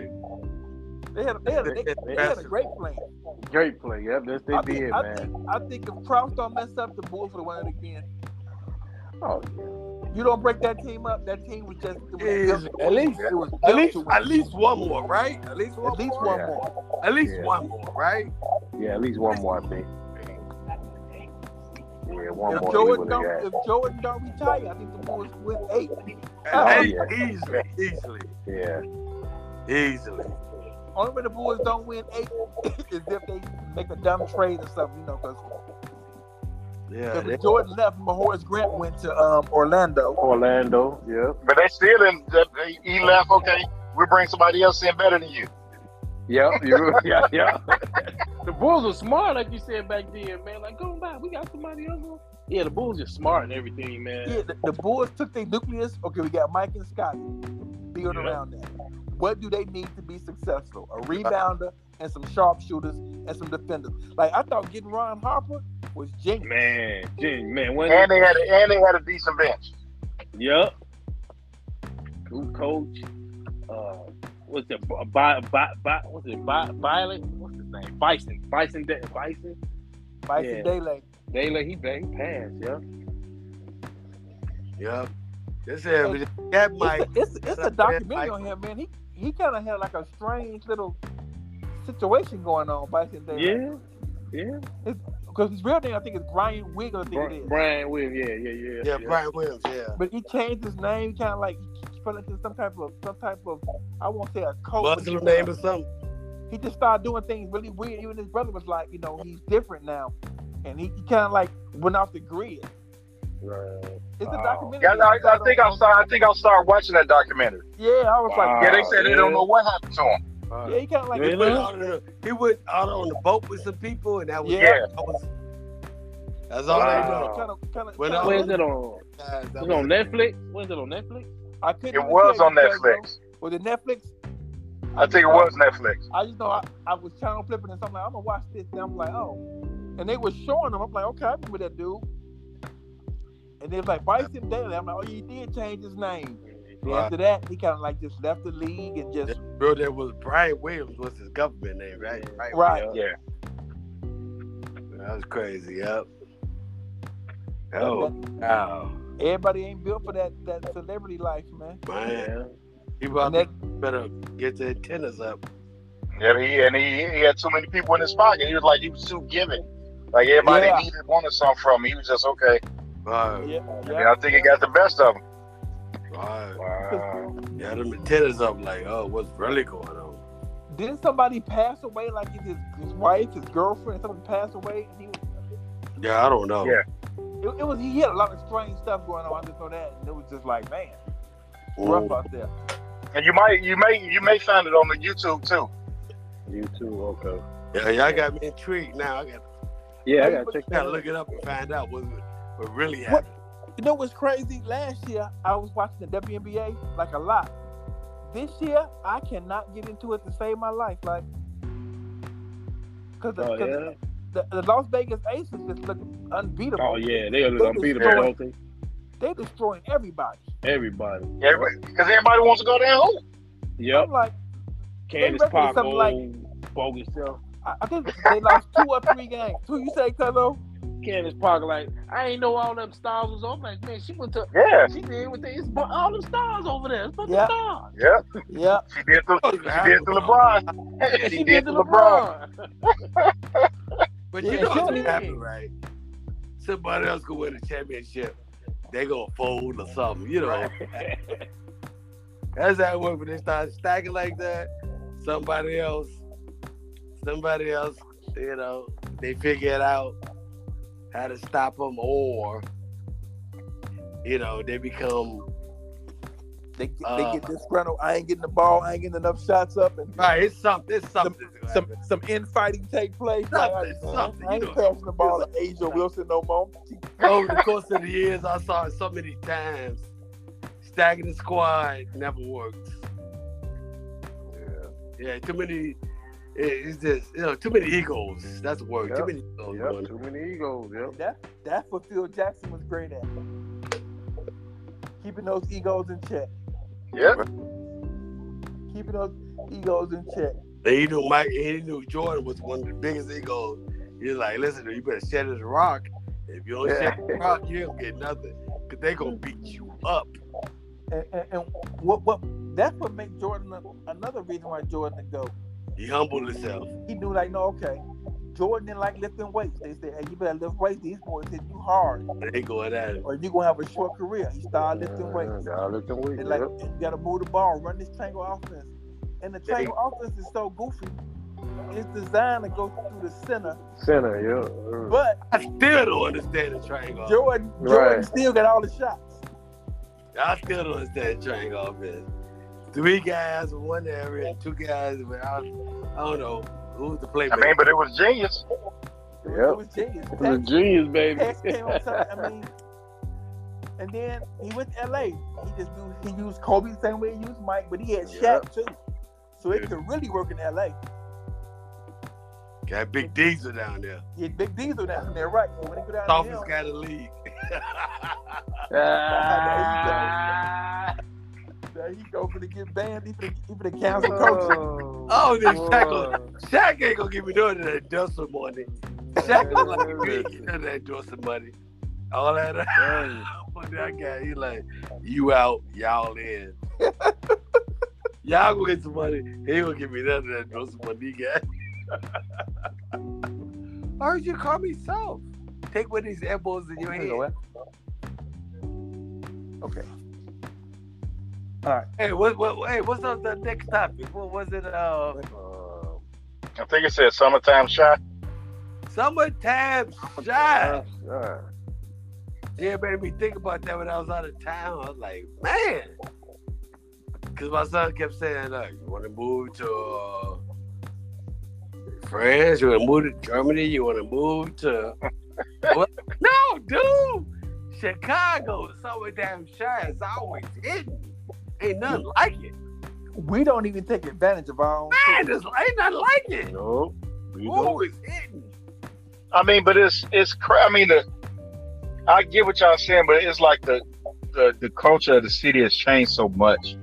They had, they had, they, they had a Impressive. great plan. Great play. Yep, that's they I did, think, I man. think I think if Kraus don't mess up, the Bulls would have won it again. oh, You don't break that team up. That team was just it was Is- built- at least- it was At built least, to win. at least one more, right? At least one at least more. one Yeah. more. At least Yeah. one more, right? yeah, at least one more, I think. Yeah, one If more. he Jordan would've don't, got. if Jordan don't retire, I think the Bulls win eight. Oh, Hey, yeah. Easily, easily, Yeah, easily. Only way the Bulls don't win eight is if they make a dumb trade or something, you know, because Yeah. they- if Jordan left, Horace Grant went to um, Orlando. Orlando. Yep, But they still didn't. they- He left. Oh. Okay, we bring somebody else in better than you. yep, you- yeah, yeah. the Bulls were smart, like you said back then, man. Like, go back, we got somebody else. on." Yeah, the Bulls are smart and everything, man. Yeah, the, the Bulls took their nucleus. Okay, we got Mike and Scotty. Build Yeah. around that. What do they need to be successful? A rebounder and some sharpshooters and some defenders. Like I thought, getting Ron Harper was genius. Man, gee, man, when And they had. A, and they had a decent bench. Yep. Cool coach. Uh, what's it? Bi, bi, bi, what's it? Bi, Violet? What's his name? Bison. Bison. De, Bison. Mike Yeah. and Daylight. They let he bang pass. Yeah. Yep. This is that It's might a, it's, a- it's a documentary on him, man. He he kind of had like a strange little situation going on by his day. Yeah. Yeah. Because his real name, I think, is Brian Wiggle. I think it Brian, is. Brian Williams. Yeah. Yeah. Yeah. yeah, Brian Williams, yeah. But he changed his name, kind of like he fell into some type of some type of I won't say a cult. but Muslim he- name or something. he just started doing things really weird. Even his brother was like, you know, he's different now, and he, kind of like went off the grid. It's a Wow. documentary. Yeah, I, I think I'll start. I think I'll start watching that documentary. Yeah, I was Wow. like, Yeah, they said they don't know what happened to him. yeah, he kind of like. He went, out on the, he went out on the boat with some people, and that was Yeah. that was- that's all Wow. they know. Kind of, kind of, When kind I- of, Where's it on? Guys, that It's was- on Netflix. When's it on Netflix? I couldn't. It even was tell on you, Sergio. Netflix. Was it Netflix? I just think it know- was Netflix. I just know I, I was channel flipping and something like, I'm gonna watch this. And I'm like, oh, and they were showing him. I'm like, okay, I remember that dude. And they was like Bison Daily. I'm like, oh, he did change his name. And Right. After that, he kind of like just left the league and just Bro, that was Brian Williams was his government name, right? Yeah. Brian right. Yeah. Williams. That was crazy. Yep. And Oh wow, Everybody ain't built for that that celebrity life, man. man. Yeah. He about And that- to better get the antennas up. Yeah, he and he, he had too many people in his pocket. He was like he was too giving. Like everybody Yeah. needed wanted something from him. He was just okay. Right, Yeah, And I think he got the best of him. right. Wow. Yeah, them antennas up. Like, oh, what's really going on? Didn't somebody pass away? Like his his wife, his girlfriend, somebody passed away. And he was, Yeah, I don't know. Yeah. It, it was he had a lot of strange stuff going on. I just know that, and it was just like, man, rough Mm. out there. And you might, you may, you may find it on the YouTube too. You too, okay. Yeah, y'all got me intrigued now. I gotta, Yeah, I I gotta gotta check that gotta look it up and find out what, what really What? happened. You know what's crazy? Last year I was watching the WNBA like a lot. This year I cannot get into it to save my life, like because Oh yeah. the, the Las Vegas Aces just look unbeatable. Oh yeah. They are Look at unbeatable, Jordan. don't they? Oh. They destroying everybody. Everybody. Everybody, because everybody wants to go down home. Yep. I'm like, Candace record Park, something like- old bogus stuff. I, I think they lost two or three games. Who you say, Cuzzo? Candace Park, like I ain't know all them stars was on. Like man, she went to Yeah, she did with the it's bu- all them stars over there. It's but Yeah. the stars. yeah. Yeah, She did the, she did the LeBron. She did to LeBron. But Yeah, you know sure what's did. gonna happen, right? Somebody else could win a championship. They gonna fold or something, you know. That's how it works when they start stacking like that. Somebody else, somebody else, you know, they figure it out how to stop them, or you know, they become they, get Uh. they get disgruntled. I ain't getting the ball. I ain't getting enough shots up, and right. It's something. It's something. some some infighting take place. Like, I, Something, something, I ain't you know. passing the ball to Asia Wilson no more. She- over the course of the years, I saw it so many times. Stacking the squad never worked. Yeah, yeah. Too many. it- It's just you know too many egos. That's the word. Too Yep. many egos. going too many egos. Yep. That that's what Phil Jackson was great at. Keeping those egos in check. Yeah, Keeping those egos in check. And he knew Mike. He knew Jordan was one of the biggest egos. He's like, listen, you better shed this rock. If you don't Yeah. shed this rock, you don't get nothing. Cause they gonna beat you up. And, and, and what what that's what made Jordan a- another reason why Jordan to go. He humbled himself. He knew like, no, okay. Jordan didn't like lifting weights. They said, hey, you better lift weights. These boys hit you hard, They going at it. or you gonna have a short career. He started lifting weights. They like, you gotta move the ball, run this tango offense. And the Yeah. tango offense is so goofy. It's designed to go through the center, Center, yeah. but I still don't understand the triangle. Jordan, Right. Jordan still got all the shots. I still don't understand train offense. Three guys in one area and two guys without. I don't know who's the I mean, playmaker. but it was genius. It was- Yep. It was genius. The Tex- genius, baby. Tex came on top. I mean, and then he went to LA. He just do, he used Kobe the same way he used Mike, but he had Shaq too. So it could really work in LA. Got Big Diesel down there, He had Big Diesel down there, right? So when he go down to him, softest guy in the league. Ah. there he go for to get banned, even even the council coach. Oh, Oh, this Lord. tackle. Shaq ain't gonna give me none of that dust some money. Shaq is like, we ain't getting none of that dust some money. All that Dang. money I got, he like, you out, y'all in. y'all gonna get some money. He ain't gonna give me none of that dust some money he got. Why would you call me soft? Take one of these elbows in your You know head. what? Hey, what, what, hey, what's up the next topic? What was it? Uh, I think it said summertime shot. summertime shine. Ah. Yeah, it made me think about that when I was out of town. I was like, man. Because my son kept saying, like, you want to move to uh, France? You want to move to Germany? You want to move to. What? No, dude! Chicago, summertime shine is always hidden. Ain't nothing like it. We don't even take advantage of our own. Ah! Man, there's ain't nothing like it. No. You know. Always hidden. I mean, but it's it's. Cra- I mean, the, I get what y'all saying, but it's like the, the the culture of the city has changed so much.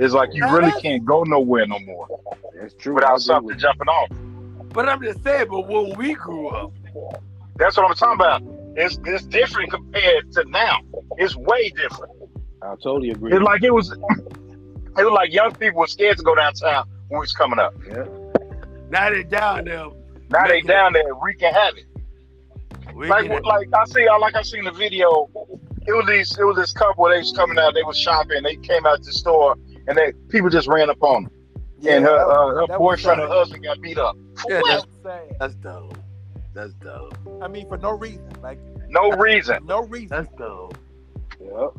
It's like you really can't go nowhere no more That's true. I without agree something with jumping off. But I'm just saying, but when we grew up, That's what I'm talking about. It's it's different compared to now. It's way different. you. I totally agree. It's like it was. It was like young people were scared to go downtown when we was coming up. yeah. now they down there. Now they down there wreaking havoc. We like get it. like I see I like I seen the video. It was these it was this couple they was coming out, they was shopping, they came out the store and they people just ran upon them. and her uh, her that was boyfriend and sad. husband got beat up. Yeah, What? that- That's sad. That's dumb. That's dope. I mean, for no reason, like No reason. no reason. That's dope. Yep.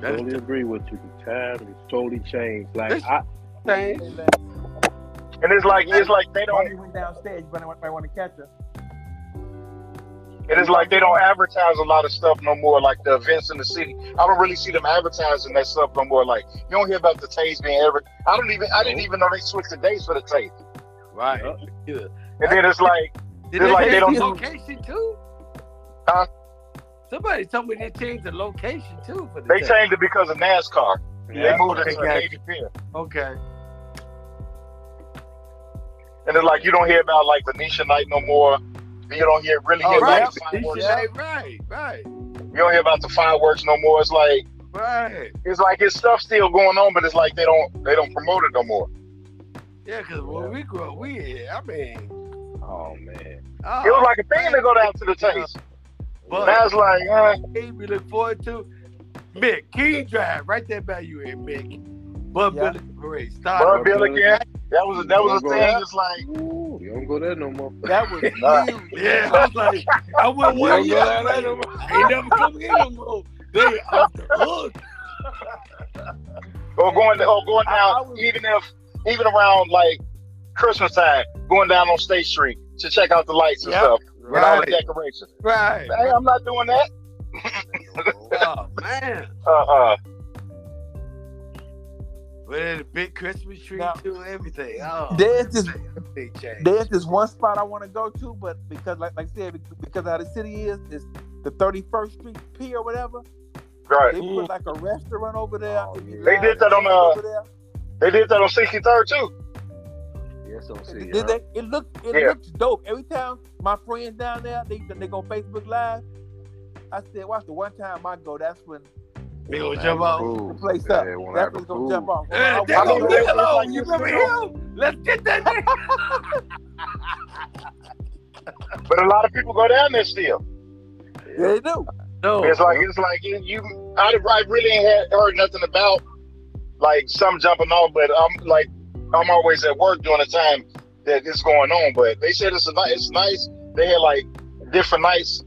That's totally agree with you. The time is totally changed. Like This- I, change. And it's like it's like they don't Marty went downstairs, but I might want to catch her. It is like they don't advertise a lot of stuff no more, like the events in the city. I don't really see them advertising that stuff no more. Like you don't hear about the Tays being ever. I don't even. I didn't Mm-hmm. even know they switched the days for the Tays. Right. Yeah. And then it's like Did It's they like they change don't the do- location too? Huh? Somebody told me they changed the location too for the they test. changed it because of NASCAR. Yeah, they moved it to okay, Navy Pier. Okay. And it's like you don't hear about like Venetia Night no more. You don't hear really hear Oh, right. about the fireworks. Right, right, right, You don't hear about the fireworks no more. It's like right. it's like it's stuff still going on, but it's like they don't they don't promote it no more. Yeah, because when we grew up, we here. I mean, oh man, oh, It was like a thing to go down to the Tays. but Now it's like. Eh. hey, we look forward to Mick King Drive right there by you here, Mick. Bud Yeah. Billy Parade started. Bud Bill again. That was a, that was a thing. It's like Ooh, you don't go there no more. That was Nah. huge. Yeah, I was like, I went one Yeah, year. and I don't- I ain't never coming in no more. They off the hook. or going or going I- I down was- even if even around like Christmas time, going down on State Street to check out the lights and Yep. stuff with all the Right, decorations. right. Hey, I'm not doing that. Oh man. Uh uh But it's a big Christmas tree Now- too, everything. Oh, There's this big change. there's this one spot I want to go to, but because like, like I said, bec- because how the city is, it's the 31st Street P or whatever. Right. They put like a restaurant over there. Oh, If you yeah. They like, did that on, uh, over there. They did that on 63rd too. Yes, I'm Did saying. they- it looked it uh, Yeah. looks dope. Every time my friends down there, they they go Facebook Live. I said, watch the one time I go, that's when They gonna jump off. the place up. That's what's gonna jump off. Hey, I- they I- that's gonna what- I- get along. You remember him? Let's get that nigga. But a lot of people go down there still. Yeah, they do. No. It's like it's like you, you I, I really ain't had, heard nothing about like some jumping off, but I'm like I'm always at work during the time that it's going on. But they said it's a nice, it's nice. They had like different nights,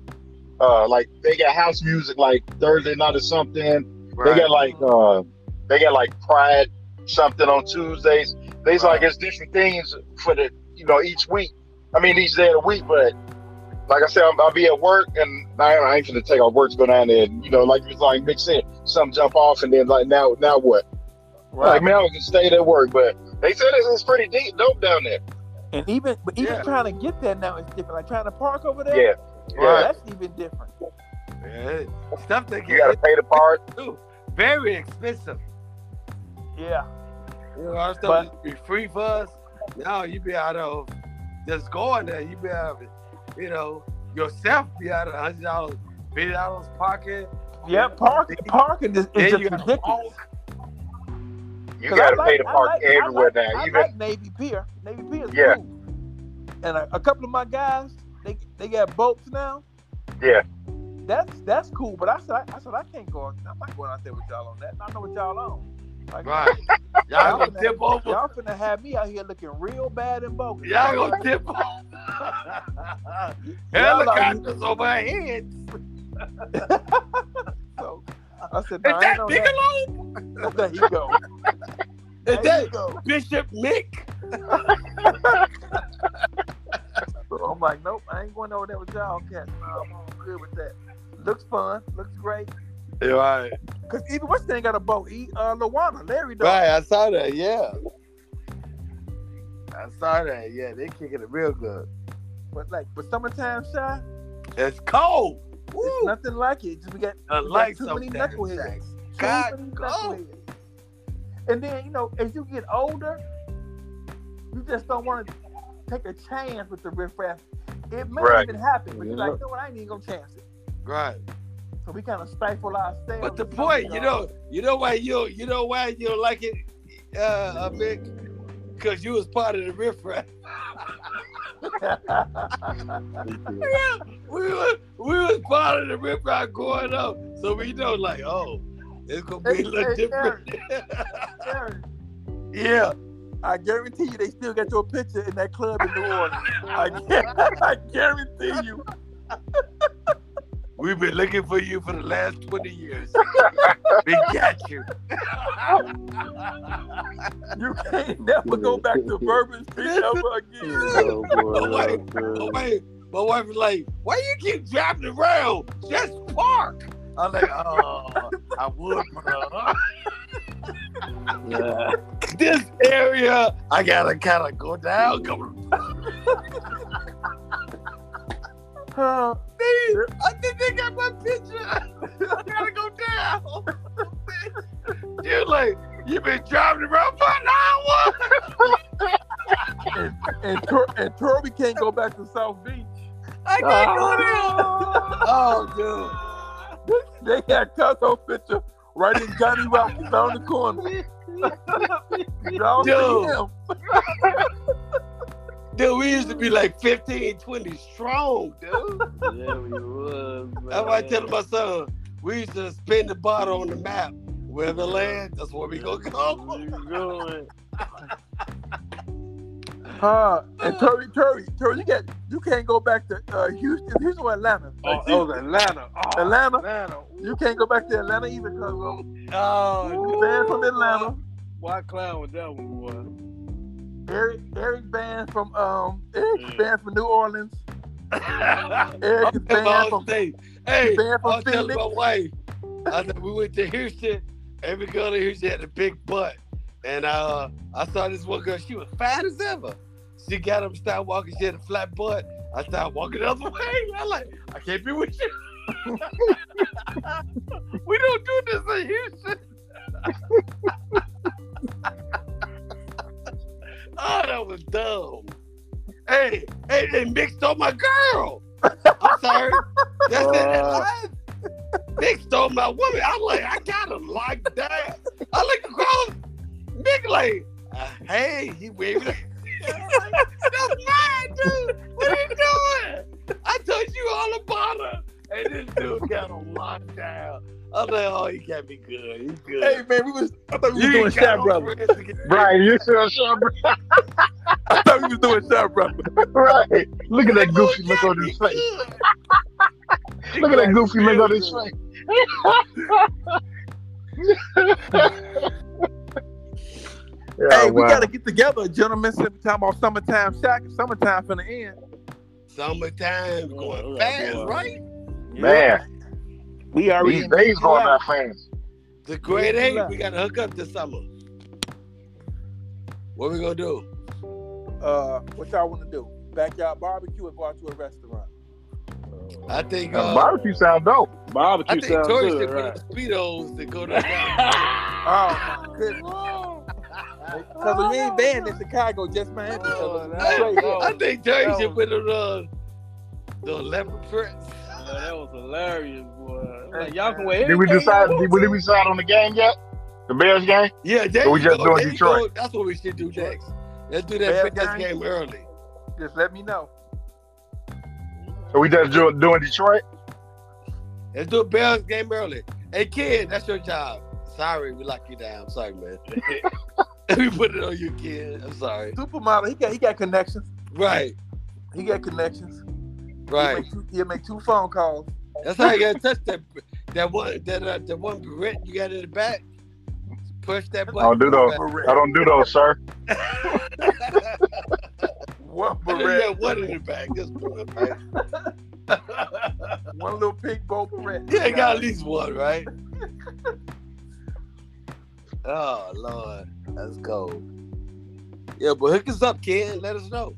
uh, like they got house music like Thursday night or something. Right. They got like uh, they got like Pride something on Tuesdays. They it's like it's different things for the you know each week. I mean each day of the week, but like I said, I'm, I'll be at work and I, I ain't gonna take off work to go down there. And, you know, like it's like Mick said, some jump off and then like now now what? Like man, I can stay at work, but they said it's, it's pretty deep dope down there. And even but even Yeah. trying to get there now is different. Like trying to park over there, Yeah, Right. that's even different. Yeah. Stuff they you gotta get pay the part. too. Very expensive. Yeah. You know, our stuff But- used to be free for us. Now you be out of just going there. You be out of, you know, yourself be out of hundred dollars, fifty dollars pocket. Yeah, parking parking is, is Then just you gotta ridiculous. walk. You 'Cause gotta I pay like- the I park like- I everywhere like- now. I Even like Navy Pier. Navy Pier is Yeah. cool. And a, a couple of my guys, they they got boats now. Yeah. That's that's cool, but I said I, I said I can't go. out- I'm not going out there with y'all on that. I know what y'all on. Like, Right. Y'all Y'all gonna finna- dip over. Y'all finna have me out here looking real bad and bogus. Y'all gonna dip off. Helicopters over our heads. So, I said, Is nah, I ain't that on that. Bigelow? There you go. Is There that you go. Bishop Nick? So I'm like, nope, I ain't going over there with y'all cats. Nah, I'm all good with that. Looks fun. Looks great. Right. Cause even what's the name got a boat? He, uh, Luana, Larry does. Right, I saw that, yeah. I saw that, yeah. They kicking it real good. But like, but summertime shy, It's cold. it's Woo! nothing like it. Just we got I like too many something. knuckleheads. too God, many go. knuckleheads. And then you know, as you get older, you just don't want to take a chance with the riffraff. It may Right. even happen, but you're Yeah. like, you know what? I ain't even gonna chance it. Right. So we kind of stifle ourselves. But the and point, you something, know, you know why you you know why you don't like it, uh, a bit, because you was part of the riffraff. Yeah, we were we was part of the riffraff growing up, so we know like, oh, it's gonna be a Hey, little hey, different. Aaron, yeah, I guarantee you, they still got your picture in that club in New Orleans. I, gu- I guarantee you. We've been looking for you for the last 20 years. we got you. You can't never go back to Bourbon Street ever again. Oh, boy, Nobody- oh, boy. My, my wife was like, why you keep driving around? Just park. I'm like, oh, I would, bro. Nah. this area, I gotta kind of go down. Come Huh. I think they got my picture. I gotta go down. Dude, like, you been driving around for an hour? and, Tor- and Torby can't go back to South Beach. Ah, I can't do this. Oh, They had Cuzzo picture right in Johnny Rockets down the corner. Y'all see Dude. him. dude. Dude, we used to be like 15, 20 strong, dude. Yeah, we was. That's why I tell my son, we used to spin the bottle on the map. Where the land, that's where we gonna go. going? Huh. And Terry, Terry, Terry, you got you can't go back to uh, Houston, Houston or Atlanta. Oh, it was Atlanta. Oh, Atlanta, Atlanta. you can't go back to Atlanta either, cause Oh, banned from Atlanta. Why clown with that one, boy? Eric, Eric banned from um, Eric is Mm. Yeah. banned from New Orleans. I'm Eric is from banned all from state. Hey, banned I from was telling Phoenix. my wife, I said we went to Houston. Every girl in Houston had a big butt, and uh, I saw this one girl. She was fat as ever. She got up, started walking. She had a flat butt. I started walking the other way. I like, I can't be with you. we don't do this in Houston. oh, that was dumb. Hey, hey, they mixed on my girl. I'm sorry. That's it. Uh. I Nick stole my woman. I'm like, I got him like that. I look across. Nick like, uh, hey, he waving. That's mine, dude. What are you doing? I told you all about her. And this dude got him locked down. I'm like, oh, he can't be good. He's good. Hey man, we was I thought we was ain't doing got Shot no Brother. friends to get- Right, you see what I'm saying, bro? I thought we was doing Shot Brother. Right. Look at that Dude goofy look can't on be his face. good. Look at that goofy look on his face. yeah, hey, we Oh, wow. gotta get together, gentlemen. Sometime on summertime shack, summertime finna end. Summertime Oh, going yeah, fast, boy. right? man, We already these days going that fast. The grade Yeah, eight, yeah. we gotta hook up this summer. What we gonna do? uh what y'all wanna do? Backyard barbecue or go out to a restaurant. I think That uh, barbecue sound dope. I Barbecue think sounds Tori should good, put right? the speedos to go to. Oh my goodness. Cause we ain't banned in Chicago, just Miami. Oh, Cause no. it's crazy. Oh, I think Tori that should was- put on uh, the leopard prints. Man, that was hilarious, boy. Like, Hey, y'all can wear Did we anything y'all decide? Did we want to. decide on the game yet? The Bears game? Yeah, there So we you just go, doing there you Detroit. go. That's what we should do Detroit. next. Let's do that Bears Bears game. game early. Just let me know. Are we just do- doing Detroit? Let's do a Bears game early. Hey, kid, that's your job. Sorry, we locked you down. I'm sorry, man. we put it on you, kid. I'm sorry. Supermodel, he got he got connections. Right, He got connections. right. He'll make two, he'll make two phone calls. That's how you gotta touch that that one that uh, that one Brett you got in the back. Push that button. I'll do those. I Beret. don't do those, sir. One You beret. got one in the back. Just put it back. One little pink bow beret. Yeah, you got at least one, right? oh Lord, that's cold. Yeah, but hook us up, kid. Let us know.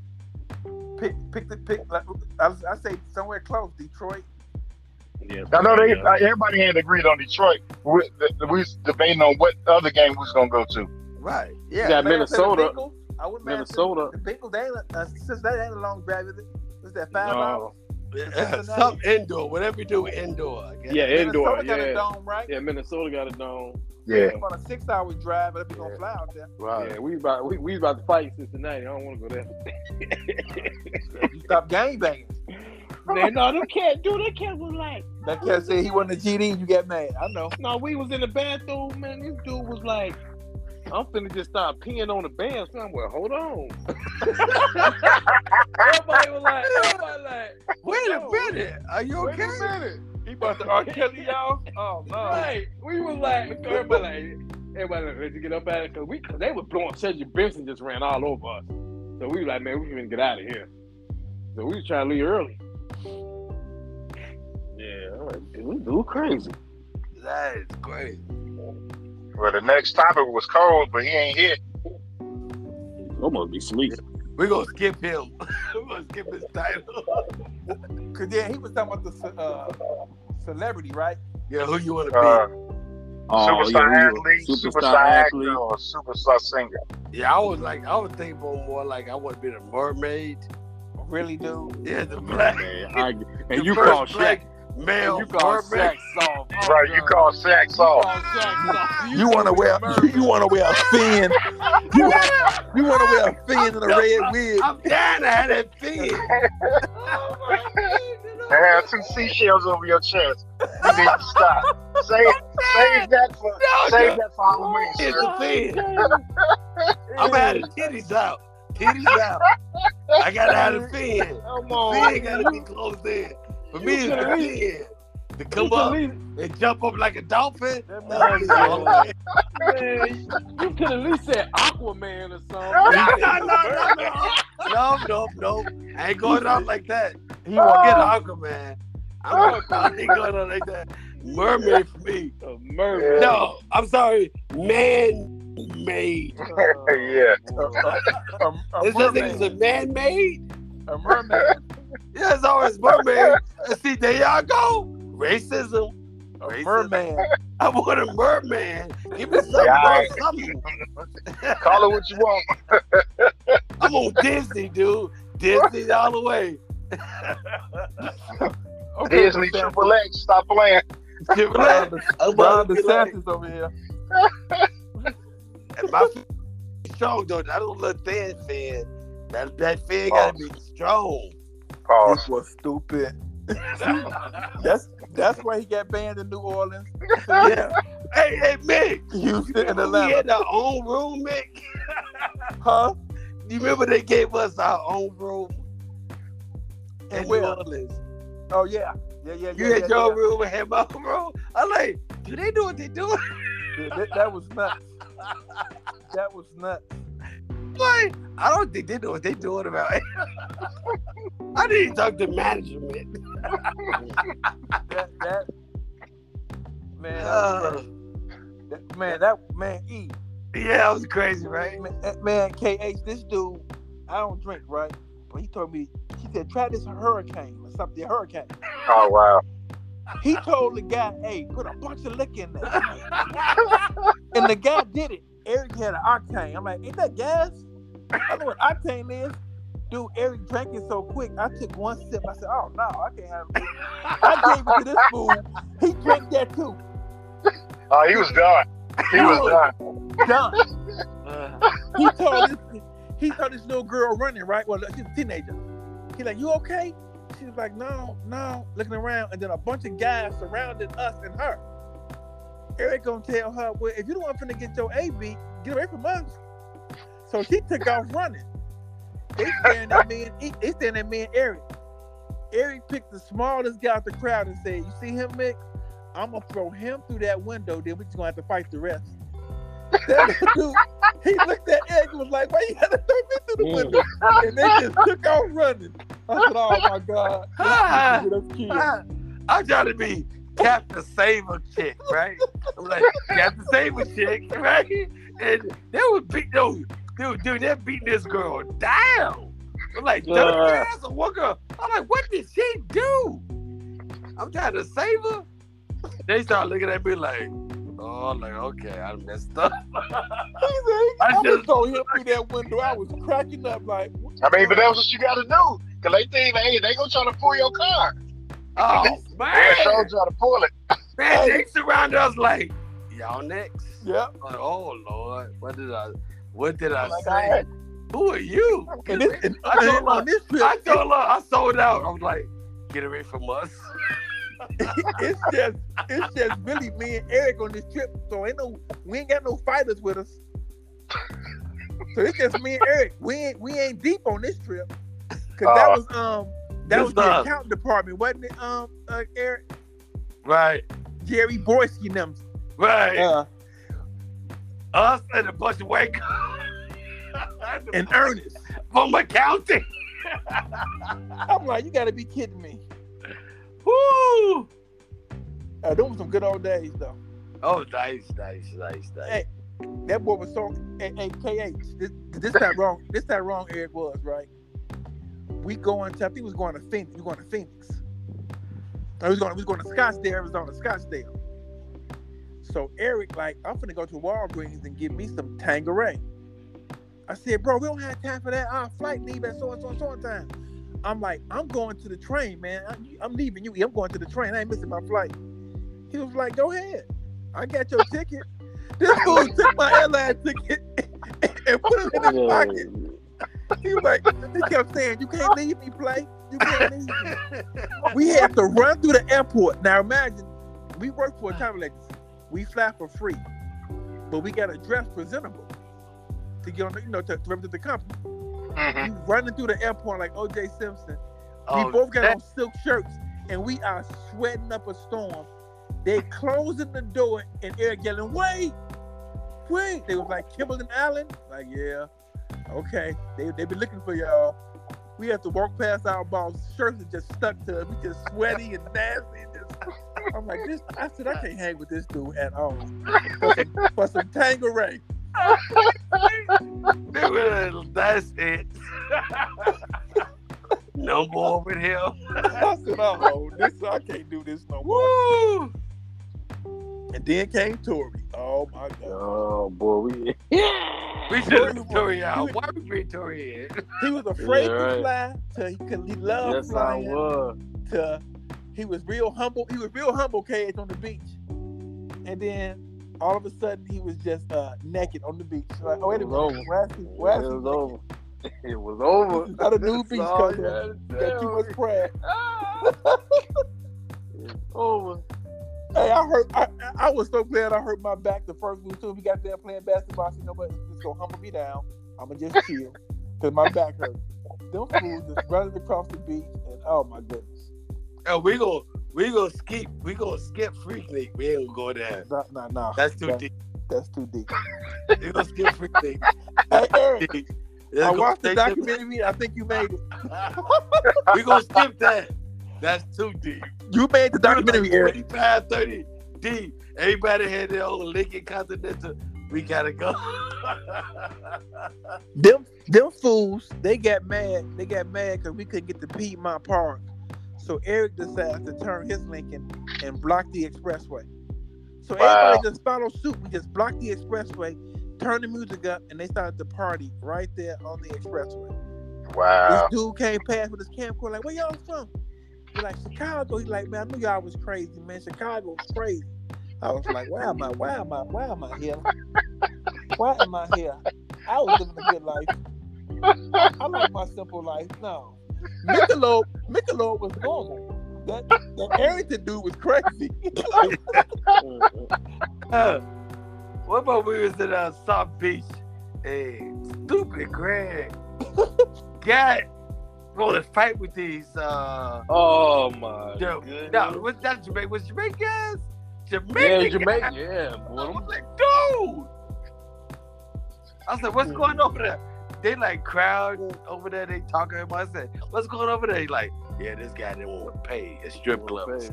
pick pick the pick like, I, was- I say somewhere close, Detroit. Yes, I know they. yeah. uh, Everybody had agreed on Detroit. We, th- we was debating on what other game we was gonna go to. Right. Yeah, like got I said, the Minnesota. Bengals, I wouldn't mind Minnesota. The Bengals, they ain't, uh, since that ain't a long drive, is it? Is that five hours? No. Some indoor, whatever you do, indoor. I guess. Yeah, indoor. Minnesota got a Yeah. dome, right? yeah, Minnesota got a dome. Yeah. It's About a six-hour drive, but if we gonna fly out there, Right. Yeah, we about we, we about to fight Cincinnati. I don't want to go there. you stop game banging. Man, no, them can't do. They can't was like, That cat said he wasn't a GD. You got mad. I know. no, we was in the bathroom, man. This dude was like, I'm finna just start peeing on the band. So I'm like, hold on. Everybody was like, everybody like, Wait a minute. Are you Wait okay? a minute. He about to R. Kelly y'all. Oh no. right. We was like, everybody like, everybody like, let's get up out of because we cause they was blowing such a Benson just ran all over us. So we was like, man, we can get out of here. So we was trying to leave early. Yeah, I'm like, dude, dude crazy. That is crazy. Well, the next topic was cold, but he ain't here. Almost be sleep. We're gonna skip him. We're gonna skip his title. Cause yeah, he was talking about the ce- uh, celebrity, right? Yeah, who you wanna be? Uh, superstar Oh, yeah, we were athlete, superstar, actor, or superstar singer. yeah, I was like I was thinking more like I wanna be the mermaid. Really, dude. Yeah, the black Man, I, the and you first call Shaq, black male you call mermaid. Shaq soft. Oh, Right, you God. call Shaq call off. Shaq Oh, soft. You wanna wear you wanna wear a fin. You wanna, you wanna wear a fin and a red wig. I'm dying to have that fin. Have two seashells over your chest. You need to stop. Save, save that for save that for Halloween, It's sir. a fin. I'm out of titties out. Titties out. I gotta have a fin. Come The on. fin gotta be closed in. For me, it's the fin. To You come up could and jump up like a dolphin. That man That's all I want. at least said Aquaman or No, something. no, no, no, no, no, no, no. I ain't going out like that. Forget he was Aquaman. I'm not, I ain't going out like that. Mermaid for me. A mermaid. No, I'm sorry. Man-made. yeah. a, a, a This thing is mermaid. a man-made. A mermaid. Yeah, it's always mermaid. And see, there y'all go. Racism. A Racism. merman. I want a merman. Give me something. Yeah, all or something. Call it what you want. I'm on Disney, dude. Disney all the way. Okay, Disney Triple X, stop playing. Give me Ron that. De- I'm Ron about to be like- DeSantis over here. And my f- strong though. That little little thin fan. That that fan gotta Oh. be strong. Pause. was stupid. That's that's why he got banned in New Orleans, Yeah. hey, hey, Mick. Houston, and We Atlanta. had our own room, Mick. Huh? You remember they gave us our own room And in where? New Orleans. Oh yeah, yeah, yeah, You yeah. had yeah, your room, I had my own room. I'm like, do they do what they do? yeah. Yeah, that, that was nuts. That was nuts. Like, I don't think they know what they doing about it. I need to talk to management. That that man, that was Uh, crazy. That- man, that man, E, yeah, that was crazy, right? man, that man, KH, this dude, I don't drink, right? But he told me, he said, try this hurricane or something, hurricane. Oh wow. He told the guy, hey, put a bunch of liquor in there. and the guy did it. Eric had an octane. I'm like, ain't that gas? I know what octane is. Dude, Eric drank it so quick. I took one sip. I said, oh no, I can't have it. I gave it to this fool. He drank that too. Oh, he was done. He was done. Done. He told this, he told this little girl running, right? Well, she's a teenager. He like, you okay? She was like, no, no, looking around, and then a bunch of guys surrounded us and her. Eric gonna tell her, well, if you don't want finna get your A beat, get away from us. So she took off running. They staring at me and E- they staring at me and Eric. Eric picked the smallest guy out the crowd and said, You see him, Mick? I'm gonna throw him through that window, then we just gonna have to fight the rest. That dude, he looked at Eric and was like, Why you had to throw me through the window? And they just took off running. I said, Oh my God. Ah, Get us killed. ah. I'm trying to be Captain Saver chick, right? I'm like Captain Saver chick, right? And they would beat those dude, dude, they're beating this girl down. I'm like, Yeah. dumb ass or what girl? I'm like, what did she do? I'm trying to save her. They start looking at me like, oh, I'm like, okay, I messed up. He said, he- I I just- just throw him through that window. I was cracking up like, I mean, but that's what you gotta do. Cause they think, hey, they gonna try to pull your car. Oh They sure man, try to pull it. man, they surrounded us like, y'all next. yeah. Like, oh Lord, what did I, what did I Like, say? hey, Who are you? And this, and I told and on this trip, I told her I sold out. I was like, get away from us. it's just, it's just really me and Eric on this trip. So ain't no, we ain't got no fighters with us. So it's just me and Eric. We ain't we ain't deep on this trip. Cause that Oh. Uh, was um that good was the stuff. account department, wasn't it? Um uh, Eric Right, Jerry Boyce, you know. right. Uh, Us and a bunch of white guys and Ernest. from accounting. I'm like, you gotta be kidding me. Woo! Uh, those were some good old days though. Oh, nice, nice, nice, nice. Hey, That boy was so hey, hey, KH. This this not wrong. This not wrong. Eric was right. We going to I think we was going to Phoenix. We going to Phoenix. I was going. We was going to Scottsdale, Arizona, Scottsdale. So Eric, like, I'm finna go to Walgreens and get me some Tangeray. I said, bro, we don't have time for that. Our flight leave at so and so and so time. I'm like, I'm going to the train, man. I'm, I'm leaving you. I'm going to the train. I ain't missing my flight. He was like, go ahead. I got your ticket. This fool took my airline ticket and put it in his pocket. He was like, he kept saying, "You can't leave me, play. You can't leave me." we had to run through the airport. Now imagine, we work for a time like this. We fly for free, but we got to dress presentable to get on, the, you know, to, to represent the company. Mhm. We running through the airport like O.J. Simpson. Oh, we both got that- on silk shirts, and we are sweating up a storm. They closing the door, and Eric yelling, "Wait, wait!" They was like Kimberlin Island. Like, yeah, okay. They they been looking for y'all. We have to walk past our boss. Shirts are just stuck to us. We just sweaty and nasty. And just, I'm like, this. I said I can't hang with this dude at all. For some, for some Tangeray. Nigga, That's it. no more with him. I said, oh, this I can't do this no more. Woo! And then came Tory. Oh my god. Oh boy, we We should have been Tory out. Why we bring Tory in? He was afraid Yeah, right. to fly. To he could he loved yes, I flying. was. To he was real humble. He was real humble, cage on the beach. And then all of a sudden he was just uh, naked on the beach. Like, oh wait a It was minute, why is he, It why is he was naked? over. It was over. This is not a new That's beach all culture. you had to Got tell too me. much pride. It's over. Hey, I hurt. I, I- I was so glad I hurt my back the first week too. We got there playing basketball. I said, you know what? It's gonna humble me down. I'ma just chill because my back hurt. Them fools just running across the beach, and oh my goodness. And we go, we go skip, we go skip Freak League. We ain't gonna go there. Nah, nah, nah. That's too That- deep. That's too deep. We gonna skip Freak League. Hey, Eric, Let's I go watched the straight to- documentary. I think you made it. We gonna skip that. That's too deep. You made the documentary, Eric. 25, 30 deep. Everybody had their own Lincoln Continental. We gotta go. Them, them fools. They got mad. They got mad because we couldn't get to Piedmont Park. So Eric decides to turn his Lincoln and block the expressway. So Wow. everybody just followed suit. We just blocked the expressway, turned the music up, and they started to party right there on the expressway. Wow. This dude came past with his camcorder, like, where y'all from? He like, Chicago. He's like, man, I knew y'all was crazy, man. Chicago was crazy. I was like, why am I, why am I, why am I here? Why am I here? I was living a good life. I, I like my simple life. No. Michelob, Michelob was normal. That, that Arrington dude was crazy. Uh, what about we was in uh, South Beach? Hey, stupid Greg got going to fight with these. Uh, Oh my. the, goodness. no, was that Jamaica? Was Jamaicans? Yeah, Jamaican. Jamaica. guys. Yeah, I boy. was like, dude. I said, what's going on over there? They like crowd over there. They talking. I said, what's going over there? He like, yeah, this guy didn't want to pay. It's strip clubs.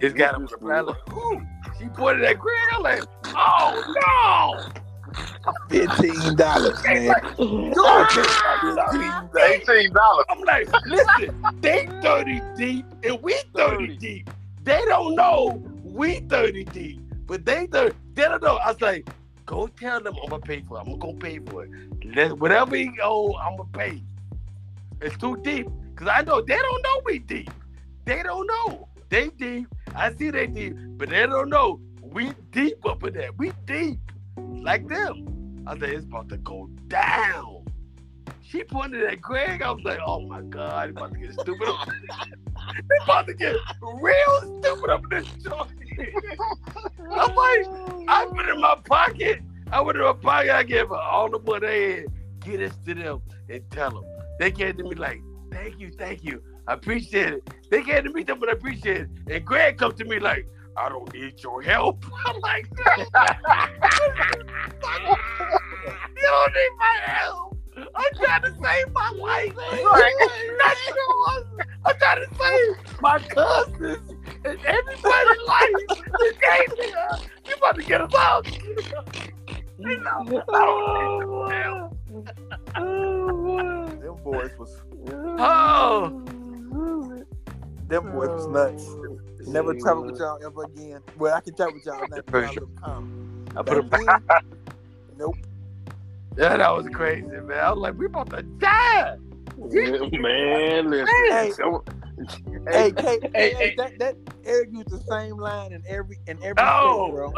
He's got him with a umbrella. Ooh, she pointed at Greg. I'm like, oh no! Fifteen dollars, man. Dude, they- Eighteen dollars. I'm like, listen, they 30 deep and we 30 30. deep. They don't know we 30 deep, but they 30, they don't know. I was like, go tell them I'm gonna pay for it. I'm gonna go pay for it. Let, whatever he owe, I'm gonna pay. It's too deep. Cause I know they don't know we deep. They don't know. They deep. I see they deep, but they don't know. We deep up in there. We deep. Like them. I said, it's about to go down. She pointed at Greg. I was like, oh my God, it's about to get stupid. up- it's about to get real stupid up in this joint. I'm like, I put it in my pocket. I would have probably I give her all the money I had, get this to them and tell them. They came to me like, thank you, thank you. I appreciate it. They came to me them but I appreciate it. And Greg come to me like, I don't need your help. I'm like, you don't need my help. I'm trying to save my life. Not yours. I'm trying to save my cousins and everybody's life. You came here. You about to get us out. You know, I don't need your help. Them boys was Oh, them boys was nuts. Never travel with y'all ever again. Well, I can travel with y'all now. For sure. I put him. Nope. Yeah, that was crazy, man. I was like, we about to die. Man, listen. Hey. So- Hey, hey, Hey, hey, hey. that that Eric used the same line in every in every state, Oh, bro.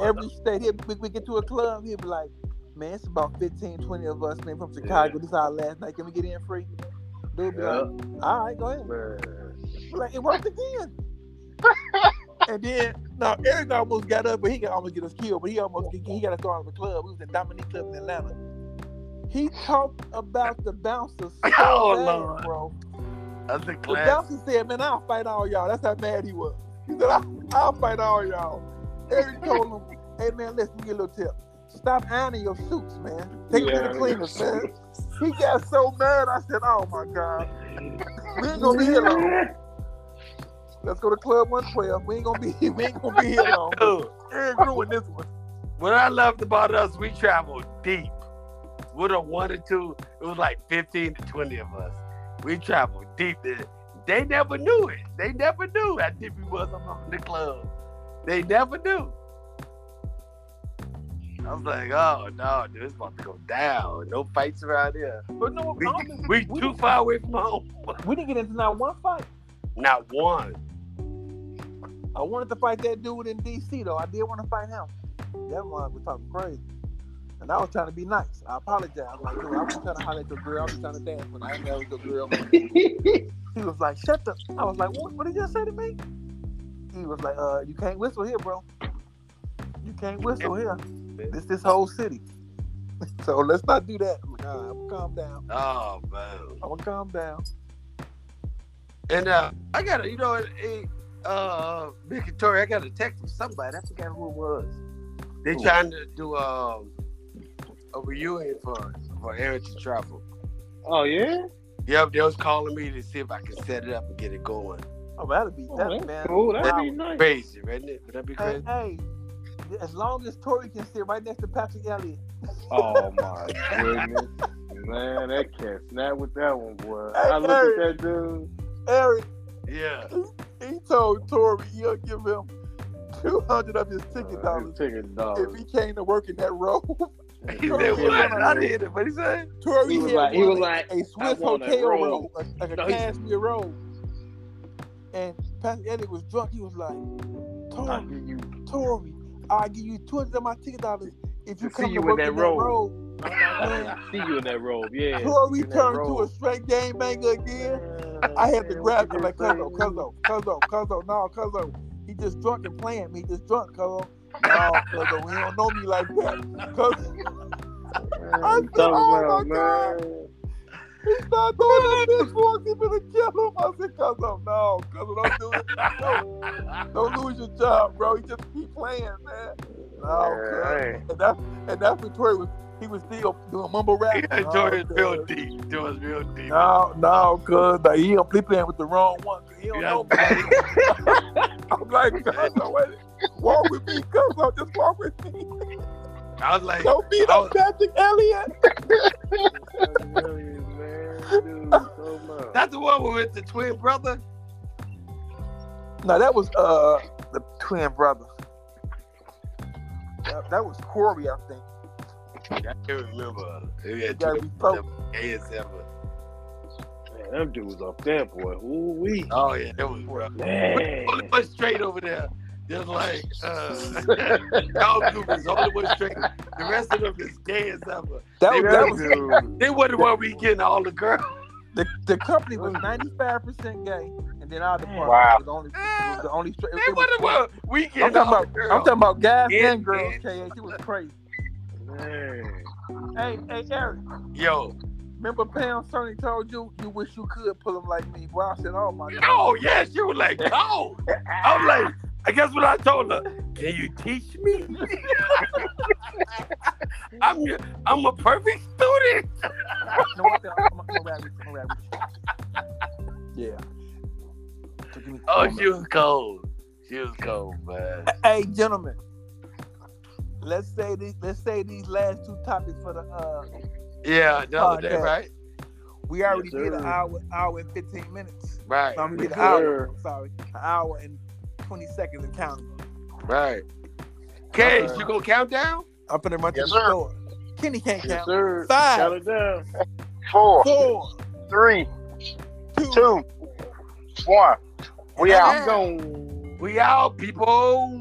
every state. He'll, we, we get to a club, he'll be like, man, it's about 15, 20 of us, man, from Chicago. This is our last night. Can we get in free? Dude be Yeah. like, all right, go ahead. Be Like, it worked again. and then, now, Eric almost got up, but he got almost get us killed, but he almost he, he got us out of the club. We was at Dominique Club in Atlanta. He talked about the bouncers so Oh, bad, Lord. bro. that's a The class. bouncer said, man, I'll fight all y'all. That's how mad he was. He said, I'll, I'll fight all y'all. Eric told him, hey, man, listen, give you a little tip. Stop ironing your suits, man. Take them to the Yeah. cleaners, man. He got so mad. I said, oh, my God. We ain't going to be here long. Let's go to Club 112. We ain't going to be, we ain't gonna be here long. Dude, Eric ruined this one. what I loved about us, we traveled deep. With a one or two, it was like 15 to 20 of us. We traveled deep. There. They never knew it. They never knew how deep we was up in the club. They never knew. I was like, oh no, dude, it's about to go down. No fights around here. But no, We, I don't think- we too far away from home. we didn't get into not one fight. Not one. I wanted to fight that dude in DC though. I did want to fight him. That one was talking crazy. And I was trying to be nice. I apologize. I'm like, dude, I was trying to holler at your girl. I was trying to dance when I ain't know your girl. he was like, shut up. I was like, what, what did you say to me? He was like, uh, you can't whistle here, bro. You can't whistle here. This this whole city. so let's not do that. I'm like, all right, I'm gonna calm down. Oh man. I'm gonna calm down. And uh, I got a, you know, a, uh, Big Victoria, I got a text from somebody. I forgot who it was. They Who? trying to do um, a reunion for us, for Eric to travel. Oh yeah. Yep, they was calling me to see if I could set it up and get it going. Oh, that'd be Oh, that, that's man. cool. That'd Wow. be nice. Crazy, right? Would that be Hey, crazy? hey, as long as Tori can sit right next to Patrick Elliott, Oh my goodness. Man, that cat snapped with that one, boy. Hey, I look at that dude. Eric, Yeah. he told Tori he'll give him two hundred of his ticket Uh, his dollars ticket dollars. if he came to work in that row. He said, Crazy. what? I didn't hear that. What he said? Tori He was had like- he one, was like, a Swiss want a hotel roll. row, a- like a No, he- cashmere row. And Patrick Elliott was drunk. He was like, I Tori, give you Tori, I'll give you two hundred of my ticket dollars if you See come to you in work that in that row." row. I see you in that robe, yeah. Tori in that turned to robe. a straight game banger again. Man, I had to man, grab him what you like gonna Cuzzo, say? Cuzzo, Cuzzo, Cuzzo, no, Cuzzo. He just drunk and playing me. He just drunk, Cuzzo. No, Cuzzo, he don't know me like that. Cuzzo, Man, I you said, talking "Oh, about, my God." man. he's not doing this for He gonna kill him. I said, Cuzzo, no, Cuzzo, don't do it. No, don't lose your job, bro. He just keep playing, man. No, Oh, Cuzzo. Man, And that's and that's when Tori was. He was still doing mumble rap. Yeah, No, Jordan's real cuz. deep. Jordan's real deep. No, no, cuz like, he don't be playing with the wrong one. 'cause He don't Yeah. know me. I'm like, cuz I wait, walk with me, cuz I just walk with me. I was like, Don't beat up Patrick Elliott. dude, so much. that's the one with the twin brother? No, that was uh the twin brother. That, that was Corey, I think. I can't remember. Yeah, You gotta twin be focused. gay as ever. Man, them dudes up there, boy. Ooh wee. Oh, yeah, that was rough. Man. only one straight over there. Just like uh, Tom Cooper's the only one straight. The rest of them is gay as ever. That They was, that was They wonder why we getting all the girls. the, the company was 95% gay, and then our department Wow. was only Yeah. was the only straight. They wonder why we I'm getting talking all the about I'm girls. talking about guys Yeah, and girls. yeah. K.A. She was crazy. Man. Hey, hey, Eric. Yo. Remember Pam Cerny told you you wish you could pull him like me, bro. I said, oh my god. No, yeah, she was like, no. I'm like, I guess what I told her, can you teach me? I'm I'm a perfect student. No, what the- I'm gonna rap with you, I'm gonna rap with you. Yeah. So give me- Oh, she was cold. She was cold, man. Hey, gentlemen. Let's say these. Let's say these last two topics for the. uh Yeah, the other day, Podcast. right? We already did sir. an hour, hour and fifteen minutes. Right, So I'm gonna get an Yes, hour. sir. I'm sorry, an hour and twenty seconds and counting. right. Cage, you gonna count down? Up in the run to Yes, the sir. store. Kenny can't Yes, count. sir. Five. Shout it down. Four, Four, three, two, two, one. We out. I'm gone. We out, people.